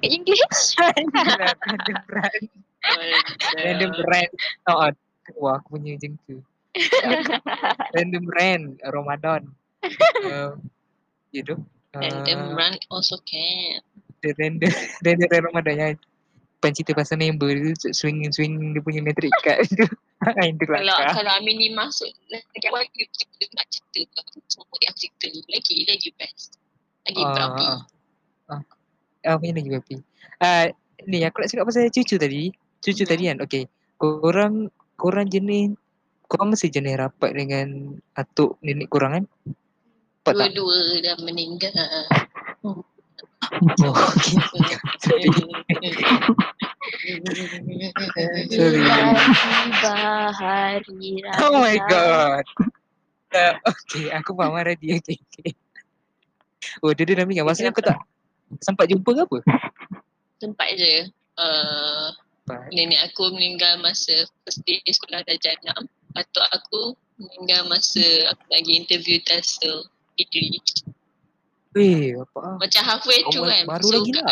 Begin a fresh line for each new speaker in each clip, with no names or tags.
ke English?
Brand, random brand. Random brand. Oh, wah aku punya macam tu. Random brand Ramadan. Uh, gitu. Uh,
Random run also can.
the random random brand Ramadan yang pencipta pasal member tu swing swing dia punya metrik kat tu. lah. Itu
Kalau
kelakar.
kalau Amin ni masuk lagi awal dia cerita nak cerita apa semua yang cerita ni lagi lagi best. Lagi
Ah,
proper.
ah. Ah, punya lagi berapa? Ah, ni aku nak cakap pasal cucu tadi. Cucu
Hmm.
tadi kan. Okey. Korang korang jenis korang mesti jenis rapat dengan atuk nenek korang kan? Rapat tak?
Dua-dua dah meninggal.
Oh, okey. Sorry. Sorry.
Tiba-tiba hari raya.
Oh my god. Uh, okay, aku faham marah dia. Okay, okay. Oh, dia dia dah meninggal. Maksudnya aku tak sempat jumpa ke apa?
Tempat je. Uh, nenek aku meninggal masa first day sekolah darjah 6. Atuk aku meninggal masa aku lagi interview TESOL Degree.
Weh, apa ah?
Macam halfway
Awal-
through kan.
baru lagi lah.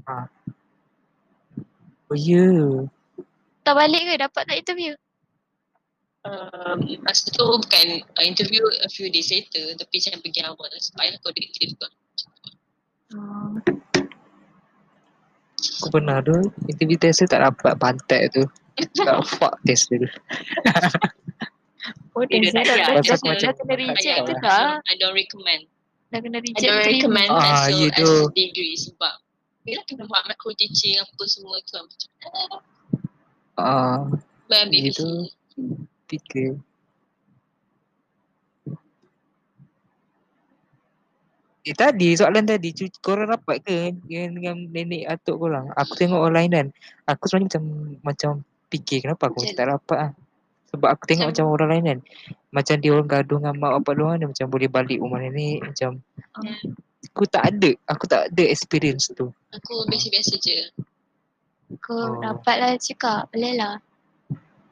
Lah.
Oh, ya.
Tak balik ke? Dapat tak interview?
um, masa tu bukan uh, interview a few days later tapi saya pergi awal sebab ayah aku ada kerja juga. Hmm.
Aku pernah tu. Interview tester tak dapat pantat tu. Tak fuck tester tu.
Oh, dah,
Dia dah
dah,
tak
dah,
ada.
dah,
Pasal
dah
macam-
kena reject tu
tak
dah.
I don't recommend.
Dah kena
I
reject
don't
tu.
recommend
Ah,
ah,
you
TESOL as
do.
a degree sebab bila kena buat macro teaching apa semua tu kan macam ah,
Ah,
boleh ambil
You do.
fikir.
tiga. Eh tadi soalan tadi cu- korang rapat ke dengan, dengan nenek atuk korang? Aku tengok online kan. Aku sebenarnya macam macam fikir kenapa aku macam tak rapat ah. Sebab aku tengok macam,
Macam-
orang lain kan. Macam dia orang gaduh dengan mak bapak dia orang dia macam boleh balik rumah nenek macam
Ah,
aku tak ada aku tak ada experience tu.
Aku biasa-biasa je.
Aku
Oh.
dapat lah cakap. Boleh lah.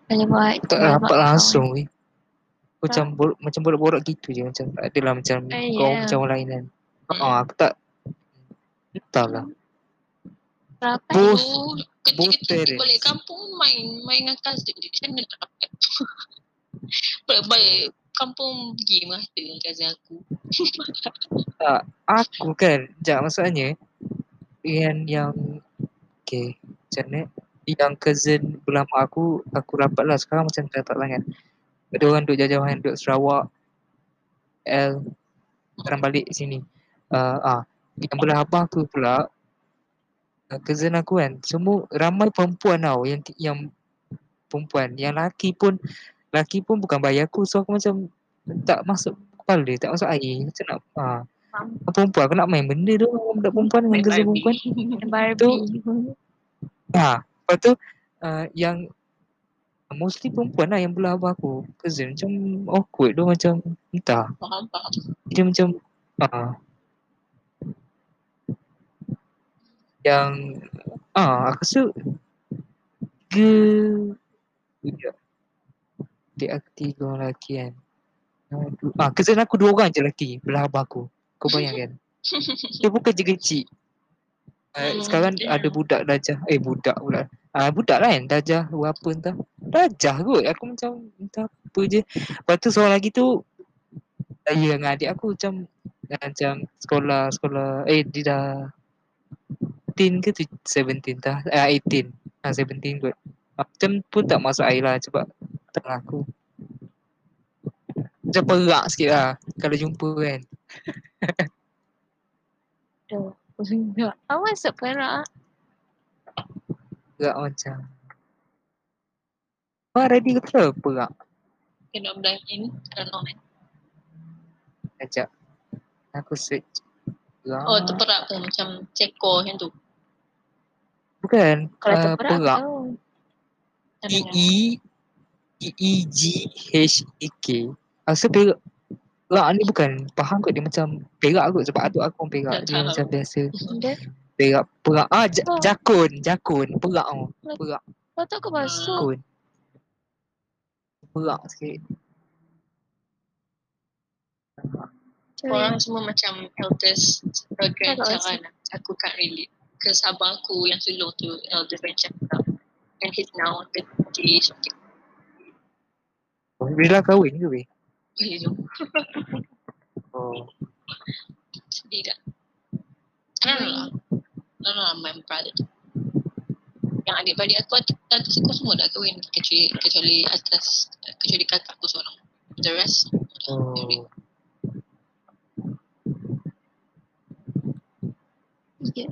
Boleh buat.
Aku tak
boleh
rapat
buat
langsung weh. Aku
Tak.
macam bor, macam borak-borak gitu je macam tak adalah macam
Ah,
kau
ya.
macam orang lain kan. Oh, aku tak Entahlah.
kawan. Rapat
Bos.
ni.
Aku
both
ketika
parents.
kita balik kampung main main dengan cousin dia macam mana tak rapat. Balik kampung pergi merata dengan cousin aku.
Aku kan, sekejap maksudnya yang yang okay, macam mana? Yang cousin belah mak aku, aku rapat lah sekarang macam tak tak sangat. Ada orang duduk jauh-jauhan, duduk Sarawak, L, sekarang balik sini. Uh, ah, yang belah abang aku pula, uh, cousin aku kan, semua ramai perempuan tau yang ti- yang perempuan. Yang laki pun, laki pun bukan bayi aku, so aku macam tak masuk kepala, tak masuk air. Macam nak, ah. Kau perempuan aku nak main benda tu dengan budak perempuan dengan kerja
Barbie.
perempuan
Barbie.
ha lepas tu uh, yang mostly perempuan lah yang belah abah aku cousin macam awkward dia macam entah
Faham, faham.
dia macam ah yang ah aku rasa ke budak adik aku tiga orang lelaki kan Ah, du- ah cousin aku dua orang je lelaki belah abah aku kau bayangkan dia bukan je kecil uh,
Hmm,
sekarang
damn.
ada budak dajah eh budak pula ah budak lah kan dajah apa entah dajah kot aku macam entah apa je lepas tu seorang lagi tu saya dengan adik aku macam macam sekolah sekolah eh dia dah 18 ke tu- 17 dah eh 18 ah 17 kot Ah, macam pun tak masuk air lah sebab tak lah aku macam perak sikit lah kalau jumpa kan
Awak masuk perak.
perak macam Wah, ready ke tu perak
Cannot blend in. I don't know.
Sekejap. Aku search. Perak.
Oh, terperak pun macam ceko macam tu.
Bukan.
Kalau
Ah,
tak perak
perak.
tau.
Tak
E
dengar.
E E E G H E K. Aku perak. Perak ni bukan faham kot dia macam perak kot sebab atuk aku pun perak.
Tak
Dia
tahu.
macam biasa
Dia
perak perak. Ah ja-
Oh.
jakun, jakun, perak oh.
Hmm. kau tak kau masuk.
Jakun. Perak sikit.
Macam
Korang semua macam helters
Tak, tak
berkelancaran.
rasa.
Aku can't relate. ke sahabat aku yang sulung tu elder Benjamin and he's now 30 something
Bila lah kahwin ke weh?
boleh tu
Oh.
sedih tak I don't know I don't know lah, my brother tu yang adik-beradik aku atas aku semua dah kahwin kecuali, kecuali atas kecuali kakak aku seorang the rest
Oh.
Ya.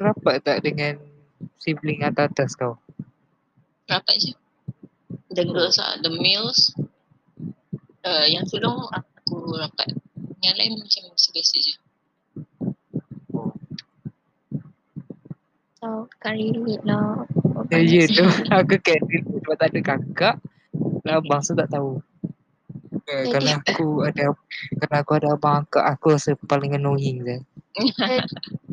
Rapat tak dengan sibling atas-atas kau?
rapat je the girls lah the males uh, yang sulung aku rapat yang lain macam biasa je
So, kan relate lah.
Ya, ya tu. Aku kan sebab tak ada kakak. Lah abang tu tak tahu. Eh,
Jadi-
kalau aku ada kalau aku ada abang angkat aku rasa paling annoying je.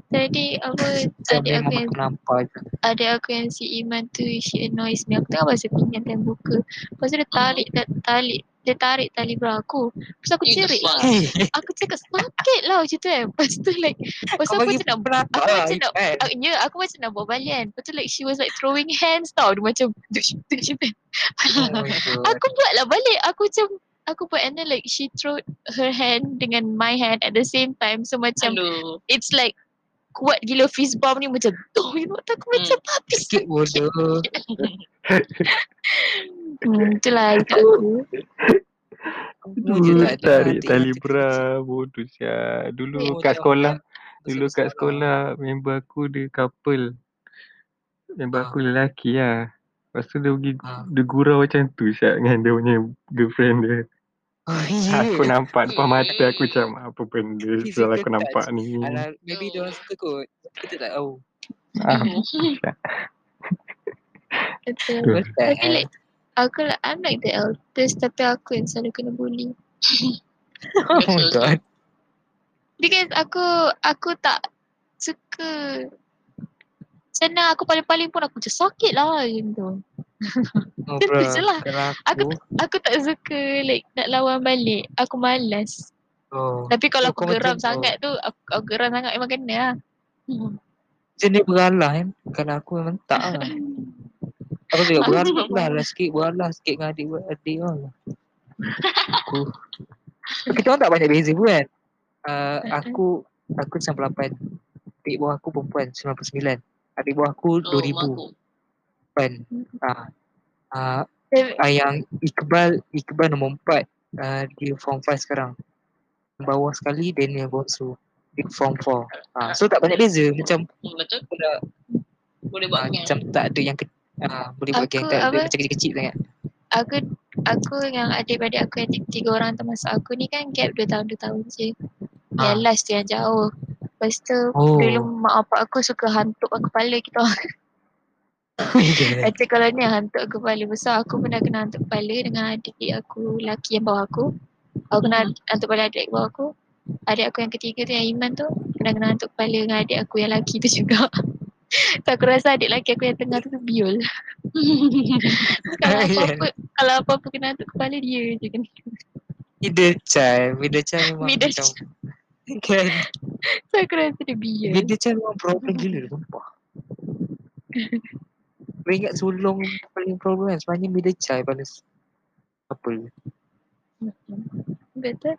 Tadi apa
Macam
adik aku
memang
yang Ah.
aku nampak je.
adik aku yang si Iman tu she annoys me. Aku tengah basuh pinggan dan buka. Lepas tu dia tarik ta- tali dia tarik tali bra aku. Lepas tu aku
Eh,
cerit.
fuck?
Hey,
Aku cakap sakit lah macam tu eh. Lepas tu like lepas tu
kau
aku
bagi
macam nak
berapa
aku
lah,
macam nak-
kan?
Uh, ya, aku macam nak buat balik kan. Lepas tu like she was like throwing hands tau. Dia macam tush, tush, tush.
Oh my God.
Aku buat lah balik. Aku macam aku buat and then like she throw her hand dengan my hand at the same time. So macam
Aduh.
it's like kuat gila fist bump ni macam tu. You know, aku
Hmm.
macam habis.
Sikit bodoh.
Hmm, itulah itu aku.
Kamu je tak ada
Hmm, tarik
hati-
tali
hati
bra bodoh sia.
kecil.
Dulu
Kamu
kat
Oh, tak-
sekolah,
tak
dulu kat sekolah member aku dia couple. Member
Ah.
aku lelaki lah. Lepas tu dia pergi
Ah.
dia gurau macam tu Syat dengan dia punya girlfriend dia.
Oh,
Aku
ya.
nampak depan mata aku macam apa benda
Physical
soal aku nampak
touch.
ni.
Alah, maybe dia orang suka kot. Kita tak tahu.
Ah,
Betul.
Betul.
What the
Tapi
hell?
like aku lah I'm like the eldest tapi aku yang selalu kena bully.
Oh my god.
Because aku aku tak suka sana aku paling-paling pun aku macam sakit lah macam tu.
Oh,
Tentu
bro.
je lah.
Kalau
Aku
aku,
Aku tak suka like nak lawan balik. Aku malas.
oh.
Tapi kalau
Oh,
aku
kau
geram
macam-
sangat tu, aku, aku geram sangat memang kena lah. Hmm.
Macam dia beralah kan. Kalau aku memang tak lah. Aku juga
Aku
beralah
juga
lah, lah sikit. Beralah sikit dengan adik adik orang lah. aku. Kita orang tak banyak beza pun kan. Uh,
Mm-mm.
aku, aku 98. Adik bawah aku perempuan 99. Adik bawah aku
Oh, mak
2000.
aku.
Kan. Ah. Ah,
Tapi-
ah, yang Iqbal, Iqbal nombor 4. Uh, dia form 5 sekarang. Yang Bawah sekali Daniel Bonsu. Dia form 4. Ah, so tak banyak beza. Macam
Hmm, Betul?
kalau
Boleh
Ah,
buat
macam
macam
tak ada yang ke- ah, boleh buat geng
Aku,
tak ada
apa?
macam kecil-kecil sangat.
aku aku dengan adik-adik aku yang tiga- tiga orang termasuk aku ni kan gap dua tahun dua tahun je.
Ah.
Yang last tu yang jauh. Lepas tu
Oh.
dulu mak bapak aku suka hantuk aku kepala kita orang.
yeah.
Kata kalau ni hantuk aku kepala besar. Aku pernah kena hantuk kepala dengan adik aku lelaki yang bawah aku. Aku kena hantuk kepala adik bawah aku. Adik aku yang ketiga tu yang Iman tu pernah kena hantuk kepala dengan adik aku yang lelaki tu juga. so aku rasa adik lelaki aku yang tengah tu, tu biol. kalau apa-apa kalau apa-apa kena hantuk kepala dia je kan. kena.
Middle child, middle child memang
Middle
macam kan.
So aku rasa dia biol.
Middle child memang problem gila sumpah. Kau ingat sulung paling problem kan sebenarnya middle child paling s- apa
Betul.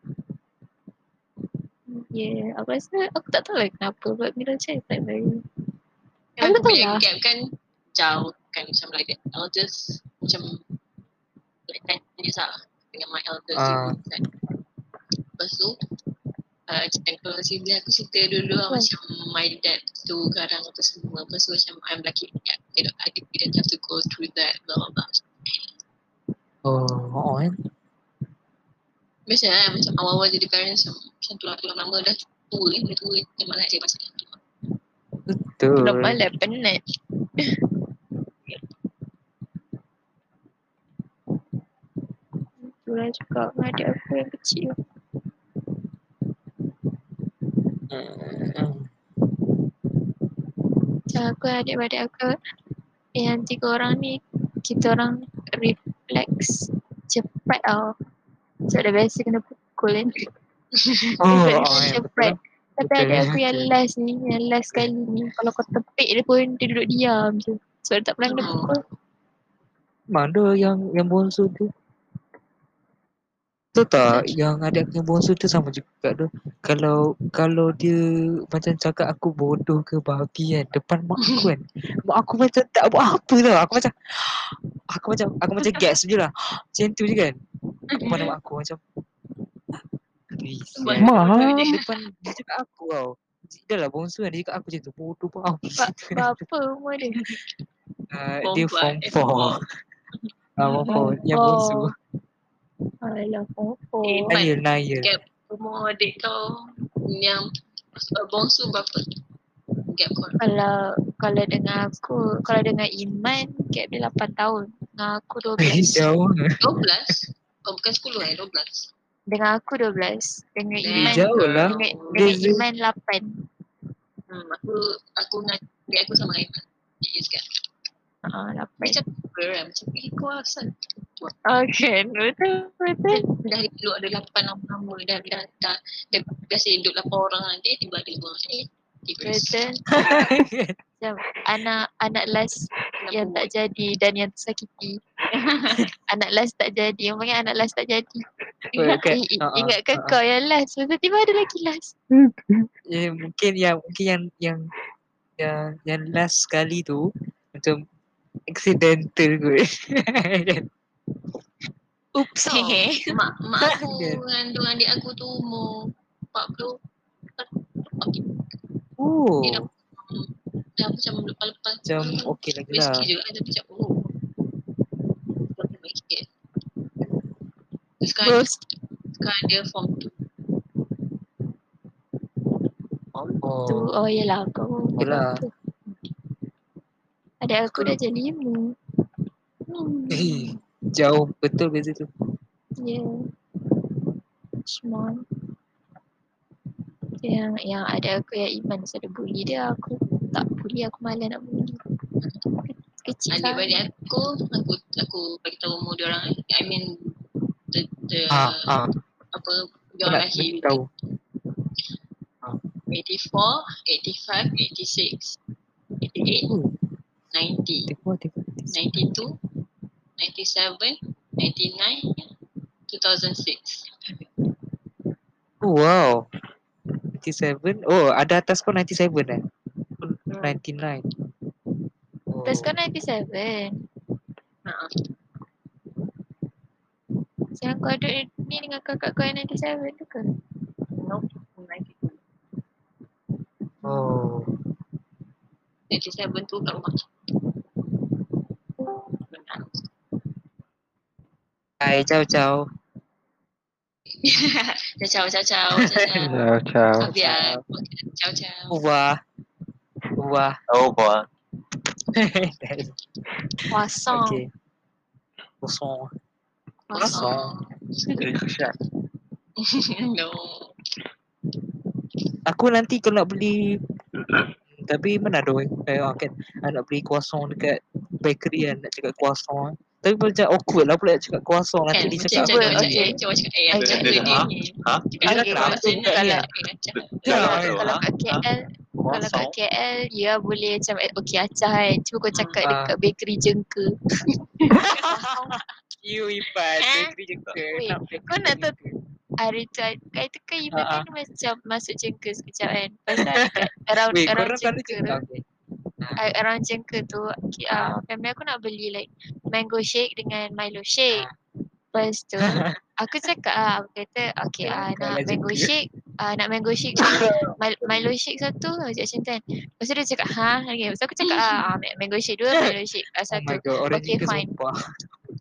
Yeah, "Hmm, ya, aku rasa aku tak tahu lah kenapa but middle child is like very
Aku
Aku tahu
punya
lah.
gap kan jauh kan macam like that. Elders macam like 10 years lah dengan my elder
Ah.
siblings kan. Lepas tu uh, macam kalau sibling aku cerita dulu lah
Hmm.
macam my dad tu garang apa semua. Lepas tu macam I'm lucky that I don't, I didn't have to go through that blah blah blah.
oh oh kan
Biasa lah macam awal-awal jadi parents macam macam tu lah tu lama dah tua kan dah tua kan malah cari pasal tu.
betul
Belum malam penat. Itulah juga dengan "Oh, adik aku yang kecil.
Hmm.
Macam aku dan adik-adik aku yang tiga orang ni kita orang refleks cepat tau. Sebab dah biasa kena pukul kan.
oh, oh,
Refleks
kan,
cepat.
betul. ya.
Tapi
Betul,
adik aku
betul.
yang last ni, yang last kali ni. Kalau kau tepik dia pun dia duduk diam je. Sebab dia tak pernah kena
Oh.
pukul.
Mana yang yang bonsu tu? Tu tak yang adik aku yang bonsu tu sama juga tu. Kalau kalau dia macam cakap aku bodoh ke babi kan depan mak aku kan. Mak aku macam tak buat apa tau. Aku macam aku macam aku macam gas je lah. Macam tu je kan. Depan mak aku macam
Buat
Risau.
Mahal.
bodoh je.
Depan dia cakap aku tau. Dah lah bonsu kan dia cakap aku macam tu bodoh babi.
Ba- Berapa umur dia?
Ah,
Form
dia
four,
form
eh,
4. Ah, form 4 yang bonsu.
Oh. Alah, popo.
Eh, Empat.
Naya, Naya.
Umur adik kau yang uh, bongsu berapa? Gap kau.
Kalau kalau dengan aku, kalau dengan Iman, gap dia 8 tahun. Dengan aku 12.
Jauh lah.
12? Oh bukan 10 eh, 12.
dengan aku 12. Dengan
Damn,
Iman,
Jauh lah.
girl.
dengan,
Dia-
dengan
dia-
Iman 8.
Hmm, aku aku dengan adik aku sama Aiman. Yes kan.
Ah, 8.
Macam apa kan? Macam eh kau asal
Okay, betul, betul.
dah duduk ada lapan lama-lama dah dah dah dah biasa duduk lapan orang nanti tiba ada lima orang eh tiba
Betul. Macam anak anak last yang tak jadi dan yang tersakiti. anak last tak jadi. Yang panggil anak last tak jadi. Ingat,
Bukan.
i- i-
Ah, ah,
ingatkan
ah, ah.
kau yang last. Lepas tu tiba ada lagi last.
Ya, mungkin yang mungkin yang yang yang, yang last sekali tu macam accidental kot.
Oops.
Tau, mak mak aku
Dia.
mengandung adik aku tu umur 40
oh,
Ya,
Dia dah- dah macam lepas-lepas
macam
hmm.
tu,
okey lagi lah.
Risky juga ada macam oh Buat dia baik sikit. Sekarang,
Bos.
sekarang dia form 2
Tu,
Oh,
oh yelah kau. kau
Yelah.
apa. Adik aku dah jadi lima. Hmm.
eh, jauh betul beza tu.
Ya. Small. Yang yang ada aku yang Iman saya ada bully dia aku tak bully aku malas nak bully. Ke- Kecil lah.
Adik-adik aku Aku aku bagi tahu umur dia orang eh. I mean the, the
Uh,
Ah, ah,
apa dia
aku
orang
lah,
nak
lahir
tahu.
84, 85, 86, 88,
Oh,
90.
tiba tiba.
92, 97, 99, 2006.
Oh, wow. 97. Oh, ada atas kau 97 eh? 99. Oh.
Hmm. Atas kan? kau 97.
Ha, ha.
Sekarang kau duduk ni dengan kakak kau yang 97 tu ke?
Nope. 92.
Oh.
97 tu kat rumah. Benar.
Hai, ciao ciao.
Ciao, ciao, ciao, ciao, ciao.
Ciao, ciao.
Biar. Ciao, ciao.
Ubah. Ubah.
Oh, boy.
Kosong.
okay. Kosong.
Ờ. Kosong.
Dahsyat.
no.
Aku nanti kalau nak beli Hmm, tapi mana ada orang eh, orang kan ah, nak beli kuasong dekat bakery kan nak cakap kuasong tapi macam awkward lah pula cakap kuasong nanti
Kan,
dia
macam
cakap
macam
apa?
macam
Okey.
eh, macam cakap eh, macam
Okey.
Dia
tu dia
dah-
ni.
ha?
Dia
Cakap
dah
eh,
kenapa
macam ni
bukan
kalau
dia?
eh, macam
Ya,
Kalau,
ya.
kalau kat KL, kalau kat
Kosong.
KL, ya boleh macam eh, okey acah kan. Cuba kau cakap
Ah.
dekat bakery jengka.
you ipat
Eh?
bakery juga
Wait,
nak bakery
kau nak
juga.
Hari tu kan itu kan Iman
Ah,
kan macam masuk jengka sekejap kan. Pasal dekat around,
wait
around
korang selalu
jengka.
cakap okay.
a- around jengka tu okay, uh, family aku nak beli like mango shake dengan Milo shake.
Ah.
Lepas tu aku cakap ah aku kata okay ah
Kau lah
nak
jengka.
mango shake ah nak mango shake satu, Mil- Milo shake satu macam macam tu kan. Lepas tu dia cakap ha lagi. Lepas tu aku cakap ah ah, ma- mango shake dua Milo shake ah,
Oh my
satu.
god, orang
Okay,
okay,
fine.
sumpah.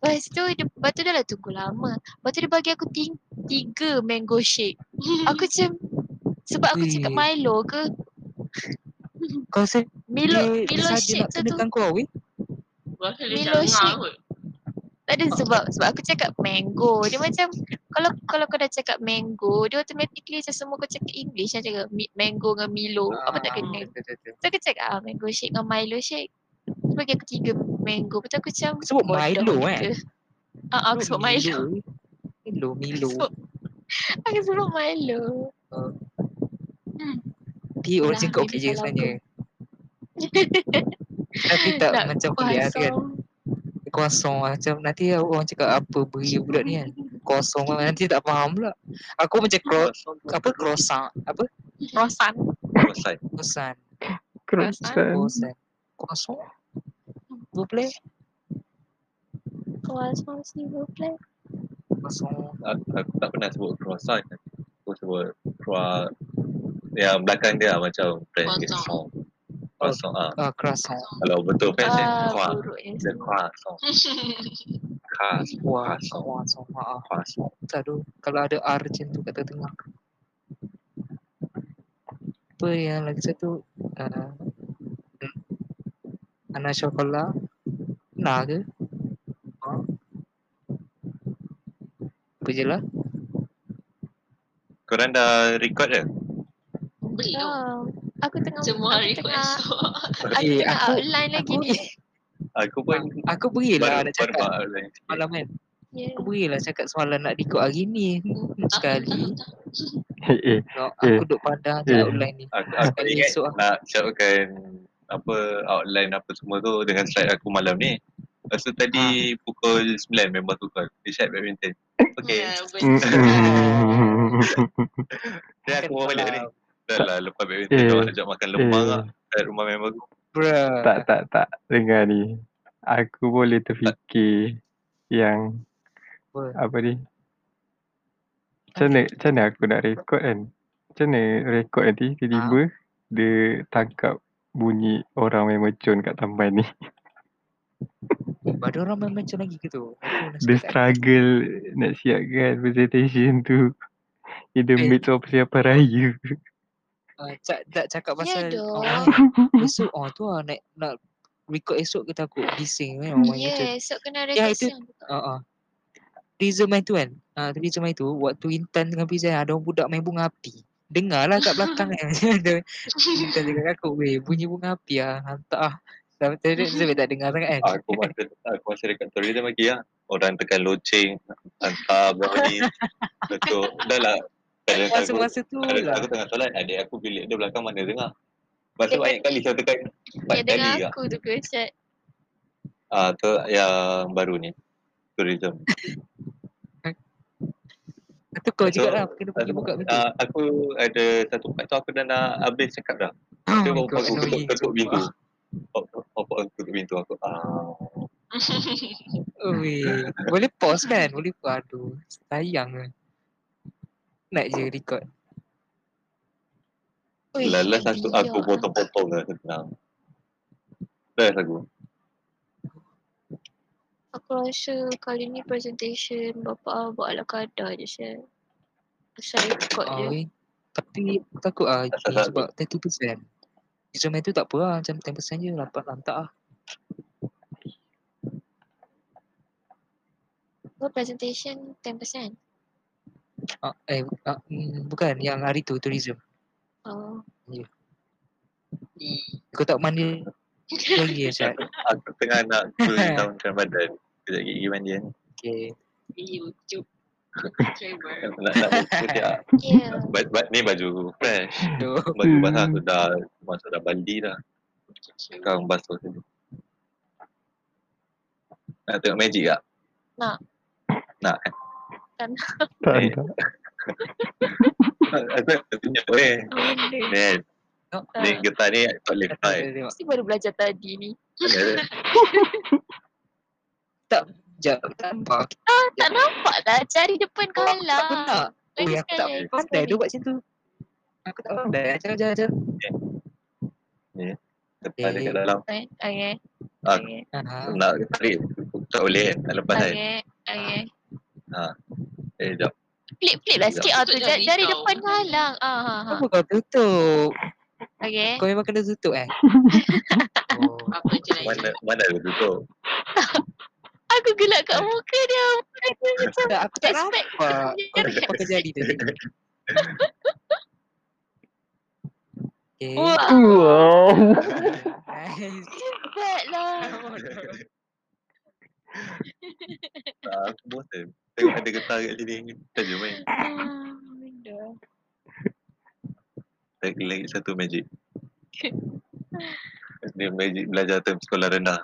Lepas tu dia lepas tu dah lah tunggu lama. Lepas tu dia bagi aku ting- tiga mango shake. Aku macam sebab aku cakap
Eh.
Milo ke
Kau rasa
Milo
dia
Milo
saja
shake
nak
satu
tenakan kau weh?
Milo shake. Tak ada sebab sebab aku cakap mango. Dia macam kalau kalau kau dah cakap mango, dia automatically macam semua kau cakap English lah cakap mi- mango dengan Milo. Apa tak kena.
Ah, betul, betul, betul.
So aku cakap ah mango shake dengan Milo shake. Dia bagi aku tiga mango. Lepas tu aku macam
Kau sebut Milo, eh?
Ah, ah, aku sebut Milo.
Milo, Milo.
Sebut- Aku sebut Milo.
Oh.
Hmm.
Tapi
Alah,
origin kau
dia
okey je
salah
sebenarnya. Tapi tak
Nak
macam
kuah
kuliah kan.
asam.
Kosong lah. macam nanti orang cakap apa beri pula ni kan. Kosong lah nanti tak faham pula. Aku macam kro, apa krosak apa
Rosan.
Bosan.
kosan
Kerosan.
kosan kosong. Boleh
Kuah asam si boleh.
kosong.
Aku, aku tak pernah sebut croissant. kan. Aku sebut croissant. Yang belakang dia lah, macam French
Croissant.
croissant. Croissant ah.
Ah croissant.
Kalau betul French dia
Ah,
croissant.
buruknya.
Dia croissant. Croissant.
Wah,
Croissant.
kosong. Ah,
Croissant.
tak ada. Kalau ada R macam tu kat tengah. Apa yang lagi satu? Uh, Ana Shokola. Nah ke? Ah. Apa je lah?
Korang dah record ke?
Belum.
Belum. Aku tengah
Semua hari
aku
kot
tengah,
esok.
aku
Eh,
tengah
aku-
outline lagi
Aku,
ni.
Aku pun
aku berilah Ah, lah, nak
baru
cakap
buat outline sikit.
malam kan.
Yeah.
Aku berilah cakap semalam nak record hari ni. Hmm,
Tak,
Sekali.
tak, tak.
Eh, eh.
Tengok,
Eh.
Aku duduk padang je
Eh.
outline ni.
Aku, aku
Hari
ingat
esok lah.
nak siapkan apa outline apa semua tu dengan slide aku malam ni. Lepas tu tadi
Ah.
pukul 9 member tu call. Dia chat badminton. Okay.
Ya, betul.
Mm, mm.
Dia aku bawa balik ni. Dah lah lepas badminton
Eh.
eh. nak ajak makan lemang
Eh.
lah kat rumah member aku.
Bruh.
Tak, tak, tak. Dengar ni. Aku boleh terfikir yang
Apa?
apa ni. Macam mana, macam mana aku nak rekod kan? Macam mana rekod nanti tiba-tiba dia tangkap bunyi orang main mercun kat taman ni.
Ada orang main macam lagi ke tu? Aku
Dia
rasa tak-
struggle nak siapkan presentation tu. In the
Eh.
midst of persiapan raya.
Ah, cak, tak cakap
Ya
pasal
doh.
ah, esok oh tu lah nak, nak record esok kita aku bising kan orang main
Ya,
macam
esok kena
Ya, itu-
reaction.
ah ah Riza main tu kan ah tu Riza main tu waktu Intan dengan Pizza ada orang budak main bunga api dengarlah kat belakang kan Dia- Intan cakap kat aku weh bunyi bunga api ah hantar ah Sampai tadi Riza tak dengar sangat kan
Aku masa aku masa dekat story dia bagi lah. Orang tekan loceng, hantar brownies. Lepas tu dah lah. Kadang aku,
masa-masa tu
kadang
lah
aku tengah solat, adik aku bilik dia belakang mana dengar. Lepas tu
Dia-
banyak kali saya tekan empat
Dia
kali
dengar
lah.
aku tu ke chat.
Ah, tu yang baru ni. Tourism.
tu kau juga
So,
lah kena pergi buka pintu
Ah, aku ada satu part tu aku dah nak habis cakap dah.
Oh
Tu
my
bapak
god
aku ketuk,
annoying
ketuk pintu. Bapak bapak aku ketuk pintu aku. Ah.
Oh, Weh, boleh pause kan? Boleh pause. Aduh, sayang lah. Nak je record.
Ui, ah.
Lalas aku,
dia.
aku potong-potong lah senang. Lalas aku.
Aku rasa kali ni presentation bapa buat ala kadar je Syed. Asal ikut
Ah,
je.
weh. Tapi aku takut lah
Asal
ni
tak-
sebab 30%. Zoom tu tak apa lah. Macam 10% je dapat lantak lah.
Oh, presentation 10%.
Ah, eh, ah, mm, bukan. Yang hari tu tourism.
Oh.
Kau tak mandi lagi ya, Syed?
Aku tengah nak cooling down kan badan. Kejap lagi pergi mandi kan.
Okay.
YouTube. Travel.
Nak nak kejap.
Yeah.
Ba, ba, ni baju fresh.
Tu.
Baju basah tu dah masuk dah baldi dah. Sekarang basuh sini. Nak tengok magic tak?
Nak.
Nak kan?
Tak,
Eh.
tak.
Aku nak tunjuk eh. Ni kan, ni
Mesti
getah ni tak boleh fly.
Tengok.
baru belajar tadi ni.
Sekejap. Tak nampak.
Ah, Tak nampak dah cari depan kalah.
Aku nak.
Lagi
Weh, aku tak
sekali.
pandai dia buat macam tu. Aku tak pandai. Macam macam macam.
Getah
Eh.
dekat dalam.
Okay. Okay.
Ah,
Okay.
Ah,
Nak tarik, tak boleh kan? Tak lepas kan?
Okay. Okay.
Eh, jap.
Flip-flip lah sikit ah tu.
Tutup jari
Jari, jari
kau.
depan kalah. Ah, ha, ha.
Kenapa kau tutup?
Okay.
Kau memang kena tutup eh? oh.
Apa je lagi?
Mana, mana ada tutup?
Aku gelak kat muka dia. Aku macam
Tak, aku tak
expect.
nampak. Kau tak pakai jari tu. Okay.
Wah,
Wow.
Nice.
bad lah.
Tak, Ah, aku bosan. Tengok ada getah kat sini. Kita je main.
Ah, benda.
lagi, lagi satu magic. Dia magic belajar term sekolah rendah.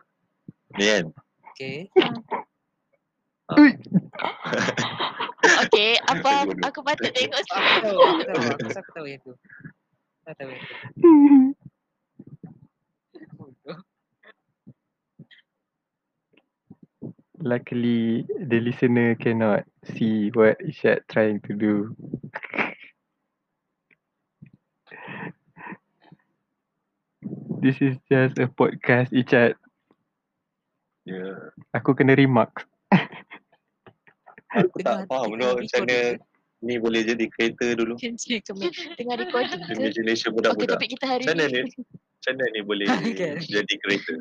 Ni kan?
Okay.
Okay, apa aku patut tengok
Aku tahu, aku tahu, aku rasa aku tahu yang tu. Aku tahu yang tu. Bodoh.
Luckily, the listener cannot see what Ishad trying to do. This is just a podcast, Ishad.
Yeah.
Aku kena remark.
Aku
Dengar
tak
nanti
faham
kita
tau
record
macam mana
dia.
ni boleh jadi kereta dulu.
Kenji kami tengah recording ke?
Imagination
Okay,
budak-budak.
topik kita hari
Macam mana
ni.
ni? Macam mana ni boleh
Kan?
jadi kereta?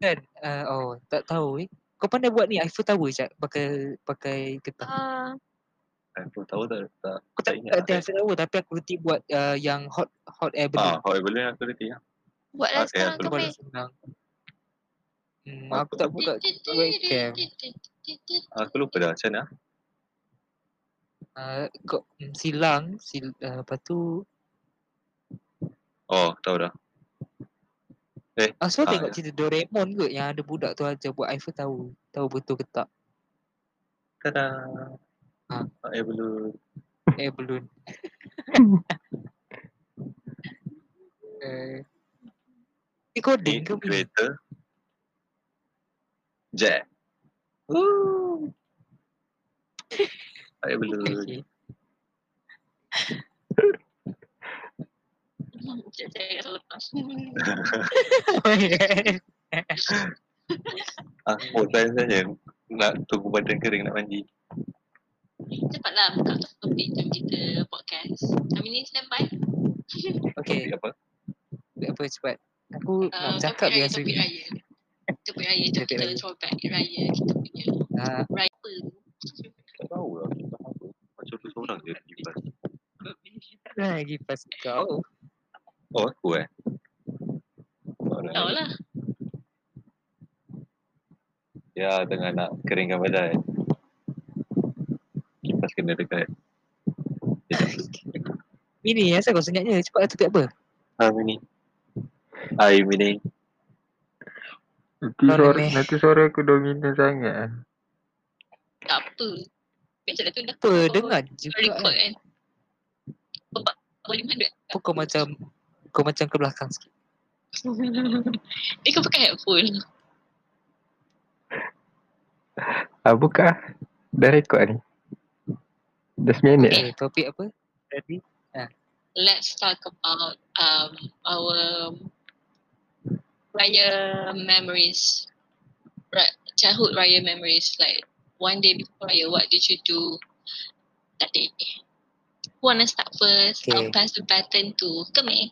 Kan? Uh, oh, tak tahu eh. Kau pandai buat ni Eiffel Tower je pakai pakai getah.
Ah,
Aku tahu tak, tak,
Aku tak
tak ingat.
tak tahu Eiffel Tower tapi aku reti buat uh, yang hot hot air balloon.
Ah, hot air balloon aku reti lah.
buatlah
Okay,
sekarang
aku
kau
lepas.
main.
Boleh senang. Hmm, aku tak buat kat webcam.
Aku lupa dah macam mana.
Uh, kau, mm, silang, sil, uh, lepas tu
Oh, tahu dah.
Ah, so
Ah,
tengok
ya.
cerita Doraemon kot yang ada budak tu aja buat Eiffel tahu. Tahu betul ke tak?
Tada.
Ah.
Hot air balloon.
Eh belum. eh ni
Ni
coding ke bunyi?
kereta. eh. Jet.
Ooh.
Hot air balloon.
Okay.
Macam saya selepas.
Aku time Ah, oh, saja nak tunggu badan kering nak mandi.
Cepatlah buka topik jom kita podcast. Kami ni uh, standby.
okay,
Topik apa?
apa cepat. Aku
Uh,
nak cakap
topik
dengan
raya, topik
Sri.
raya. Topik raya. Jom
Topik
kita
raya.
throwback raya. Kita punya
Ah,
raya apa.
Tak tahu lah. Tak tahu apa. Macam tu seorang je kipas.
Ah, lagi pas kau.
Oh, aku eh. Oh, dah.
Tahu lah.
Ya, tengah nak keringkan badan. Kipas kena dekat.
Ini asal kau senyapnya cepat lah tu apa?
Ah, ini. Ah, ini.
Nanti
Kau
suara,
remeh.
nanti suara aku dominan sangat. ah.
Tak apa. Macam tu dah.
Apa
record-
dengar juga
Oh, Record
kan.
kan. Bapak. Boleh mana?
Apa kau macam kau macam ke belakang sikit.
Eh kau pakai headphone.
Ah, buka. ah. Dah rekod ni. Dah 9 minit.
Okay, Eh, topik apa? Tadi
Let's talk about um our raya memories. Right, childhood raya memories. Like one day before raya, what did you do that day? Who wanna start first? I'll
Okay.
pass the baton to Kame.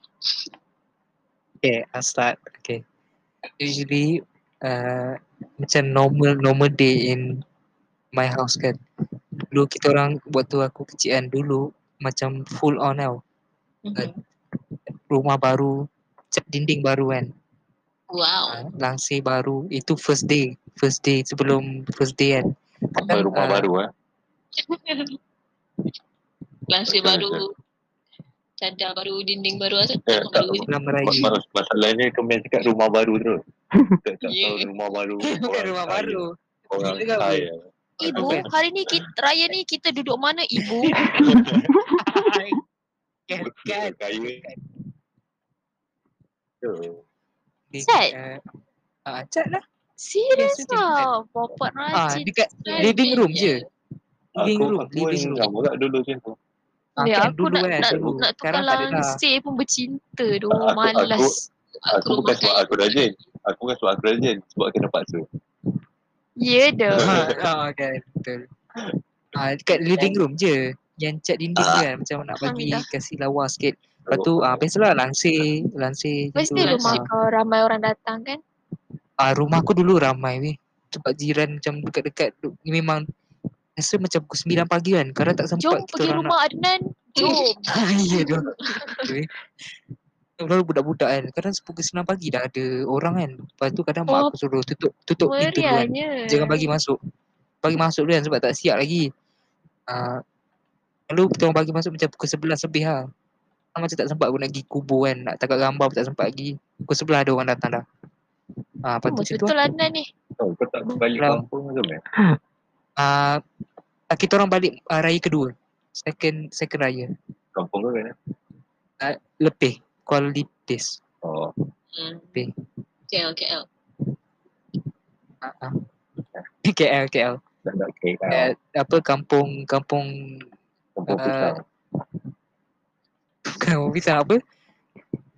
Okay, I'll start. Okay. Usually, uh, macam normal normal day in my house kan. Dulu kita orang waktu aku kecil kan dulu macam full on tau.
Mhm.
Rumah baru, cat dinding baru kan.
Wow.
Uh, langsir baru. Itu first day. First day sebelum first day kan.
Apa rumah
ah,
baru eh?
Langsir
Betul,
baru. Cadar baru, dinding baru, asal
Eh,
tak
tak
baru.
Sebelum merayu.
Mas- mas- Masalahnya kemen cakap rumah baru terus. Tak, tak
Yeah.
tahu rumah baru.
Bukan
orang
rumah
kaya.
baru.
Orang
Gila kau,
kaya.
Ibu,
Apa?
hari ni kita, raya ni kita duduk mana ibu?
kan, kan.
Orang kaya. Tu.
Di,
Cat?
Uh, uh, cat lah.
Serius
Yes,
lah. Bapak
Ah,
rajin.
dekat
kan?
living room je. Living
Aku,
room,
aku pun
living room.
sama kat dulu macam tu.
Ah,
Ya,
kan,
aku nak, nak,
dulu.
nak tukar
Sekarang tak ada dah.
langsir pun bercinta doh
Aku- aku-
malas.
Aku bukan
rumah
sebab
kaya.
aku rajin. Aku bukan sebab aku rajin. Sebab kena paksa.
Ya dah.
Ha, ah, kan, betul. Ah, dekat living room je. Yang cat dinding
Ah.
je kan macam nak bagi
Alhamdulillah.
kasih lawa sikit. Lepas tu ah biasalah langsir, langsir macam
Mesti
tu.
rumah
Ah,
kau ramai orang datang kan?
ah rumah aku dulu ramai weh. Sebab jiran macam dekat-dekat du- ni memang rasa macam pukul 9 pagi kan. Kadang tak sempat
Jom pergi rumah Adnan. Jom.
Nak... ya tu. Weh. Baru budak-budak kan. Kadang pukul 9 pagi dah ada orang kan. Lepas tu kadang mak
Oh,
aku suruh tutup tutup pintu dulu kan.
Meriahnya.
Jangan bagi masuk. Bagi masuk dulu kan sebab tak siap lagi. Ah, lalu kita orang bagi masuk macam pukul 11 lebih lah. macam tak sempat pun nak pergi kubur kan Nak tangkap gambar pun tak sempat pergi Pukul sebelah ada orang datang dah Ah, lepas tu
Umur
macam tu
betul lah Adnan ni.
Oh, kau tak balik
Lah.
kampung ke mana?
ah, ah, Kita orang balik ah, raya kedua Second second raya
Kampung kau kan?
Lepih Kuala Lipis
Oh,
Hmm.
Okey.
KL, KL.
ah, ah. KL KL
tak nak KL.
Kat apa kampung kampung
Kampung
Ah.
Pisang.
bukan orang pisang apa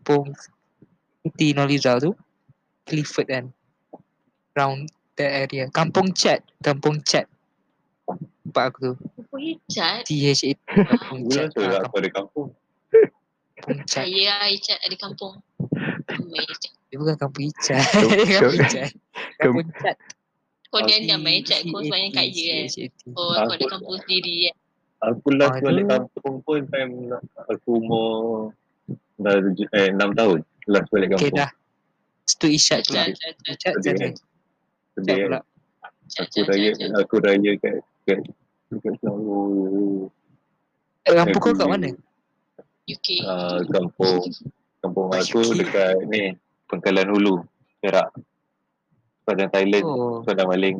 Pong Putih Noliza tu Clifford kan Round that area Kampung Chat Kampung Chat Tempat aku tu
Apa Icat?
THA Kampung
Mula
Chat
tu
ah,
lah aku
Kampung
ada kampung.
Chat
Saya lah Icat ada kampung. Ramai Icat.
Dia bukan Kampung Chat
Kau-
Kampung
kau-
Chat Kampung Chat
Kau
Tapi
ni ada Kan main Icat kau sebenarnya kat je kan?
CHAT.
Oh, kau ada
Aku-
kampung sendiri kan?
Aku last
Ah,
balik
tu-
kampung pun time aku umur dah tujuh- eh, 6 tahun. Last balik
Okay
kampung.
dah Stu Isyad tu
Icat,
lah
Icat, Icat,
Isyad
Sedih
sana
kan? Sedih
Isyad
kan?
pula
Icat, Icat,
Aku raya,
Icat.
aku raya kat kat dekat Selangor.
Eh, Kampung kau kat
Aku-
mana?
UK.
Ah, kampung kampung
Oh,
aku
Yuki.
dekat ni Pengkalan Hulu, Perak. Padang Thailand,
Oh
Padang Maling.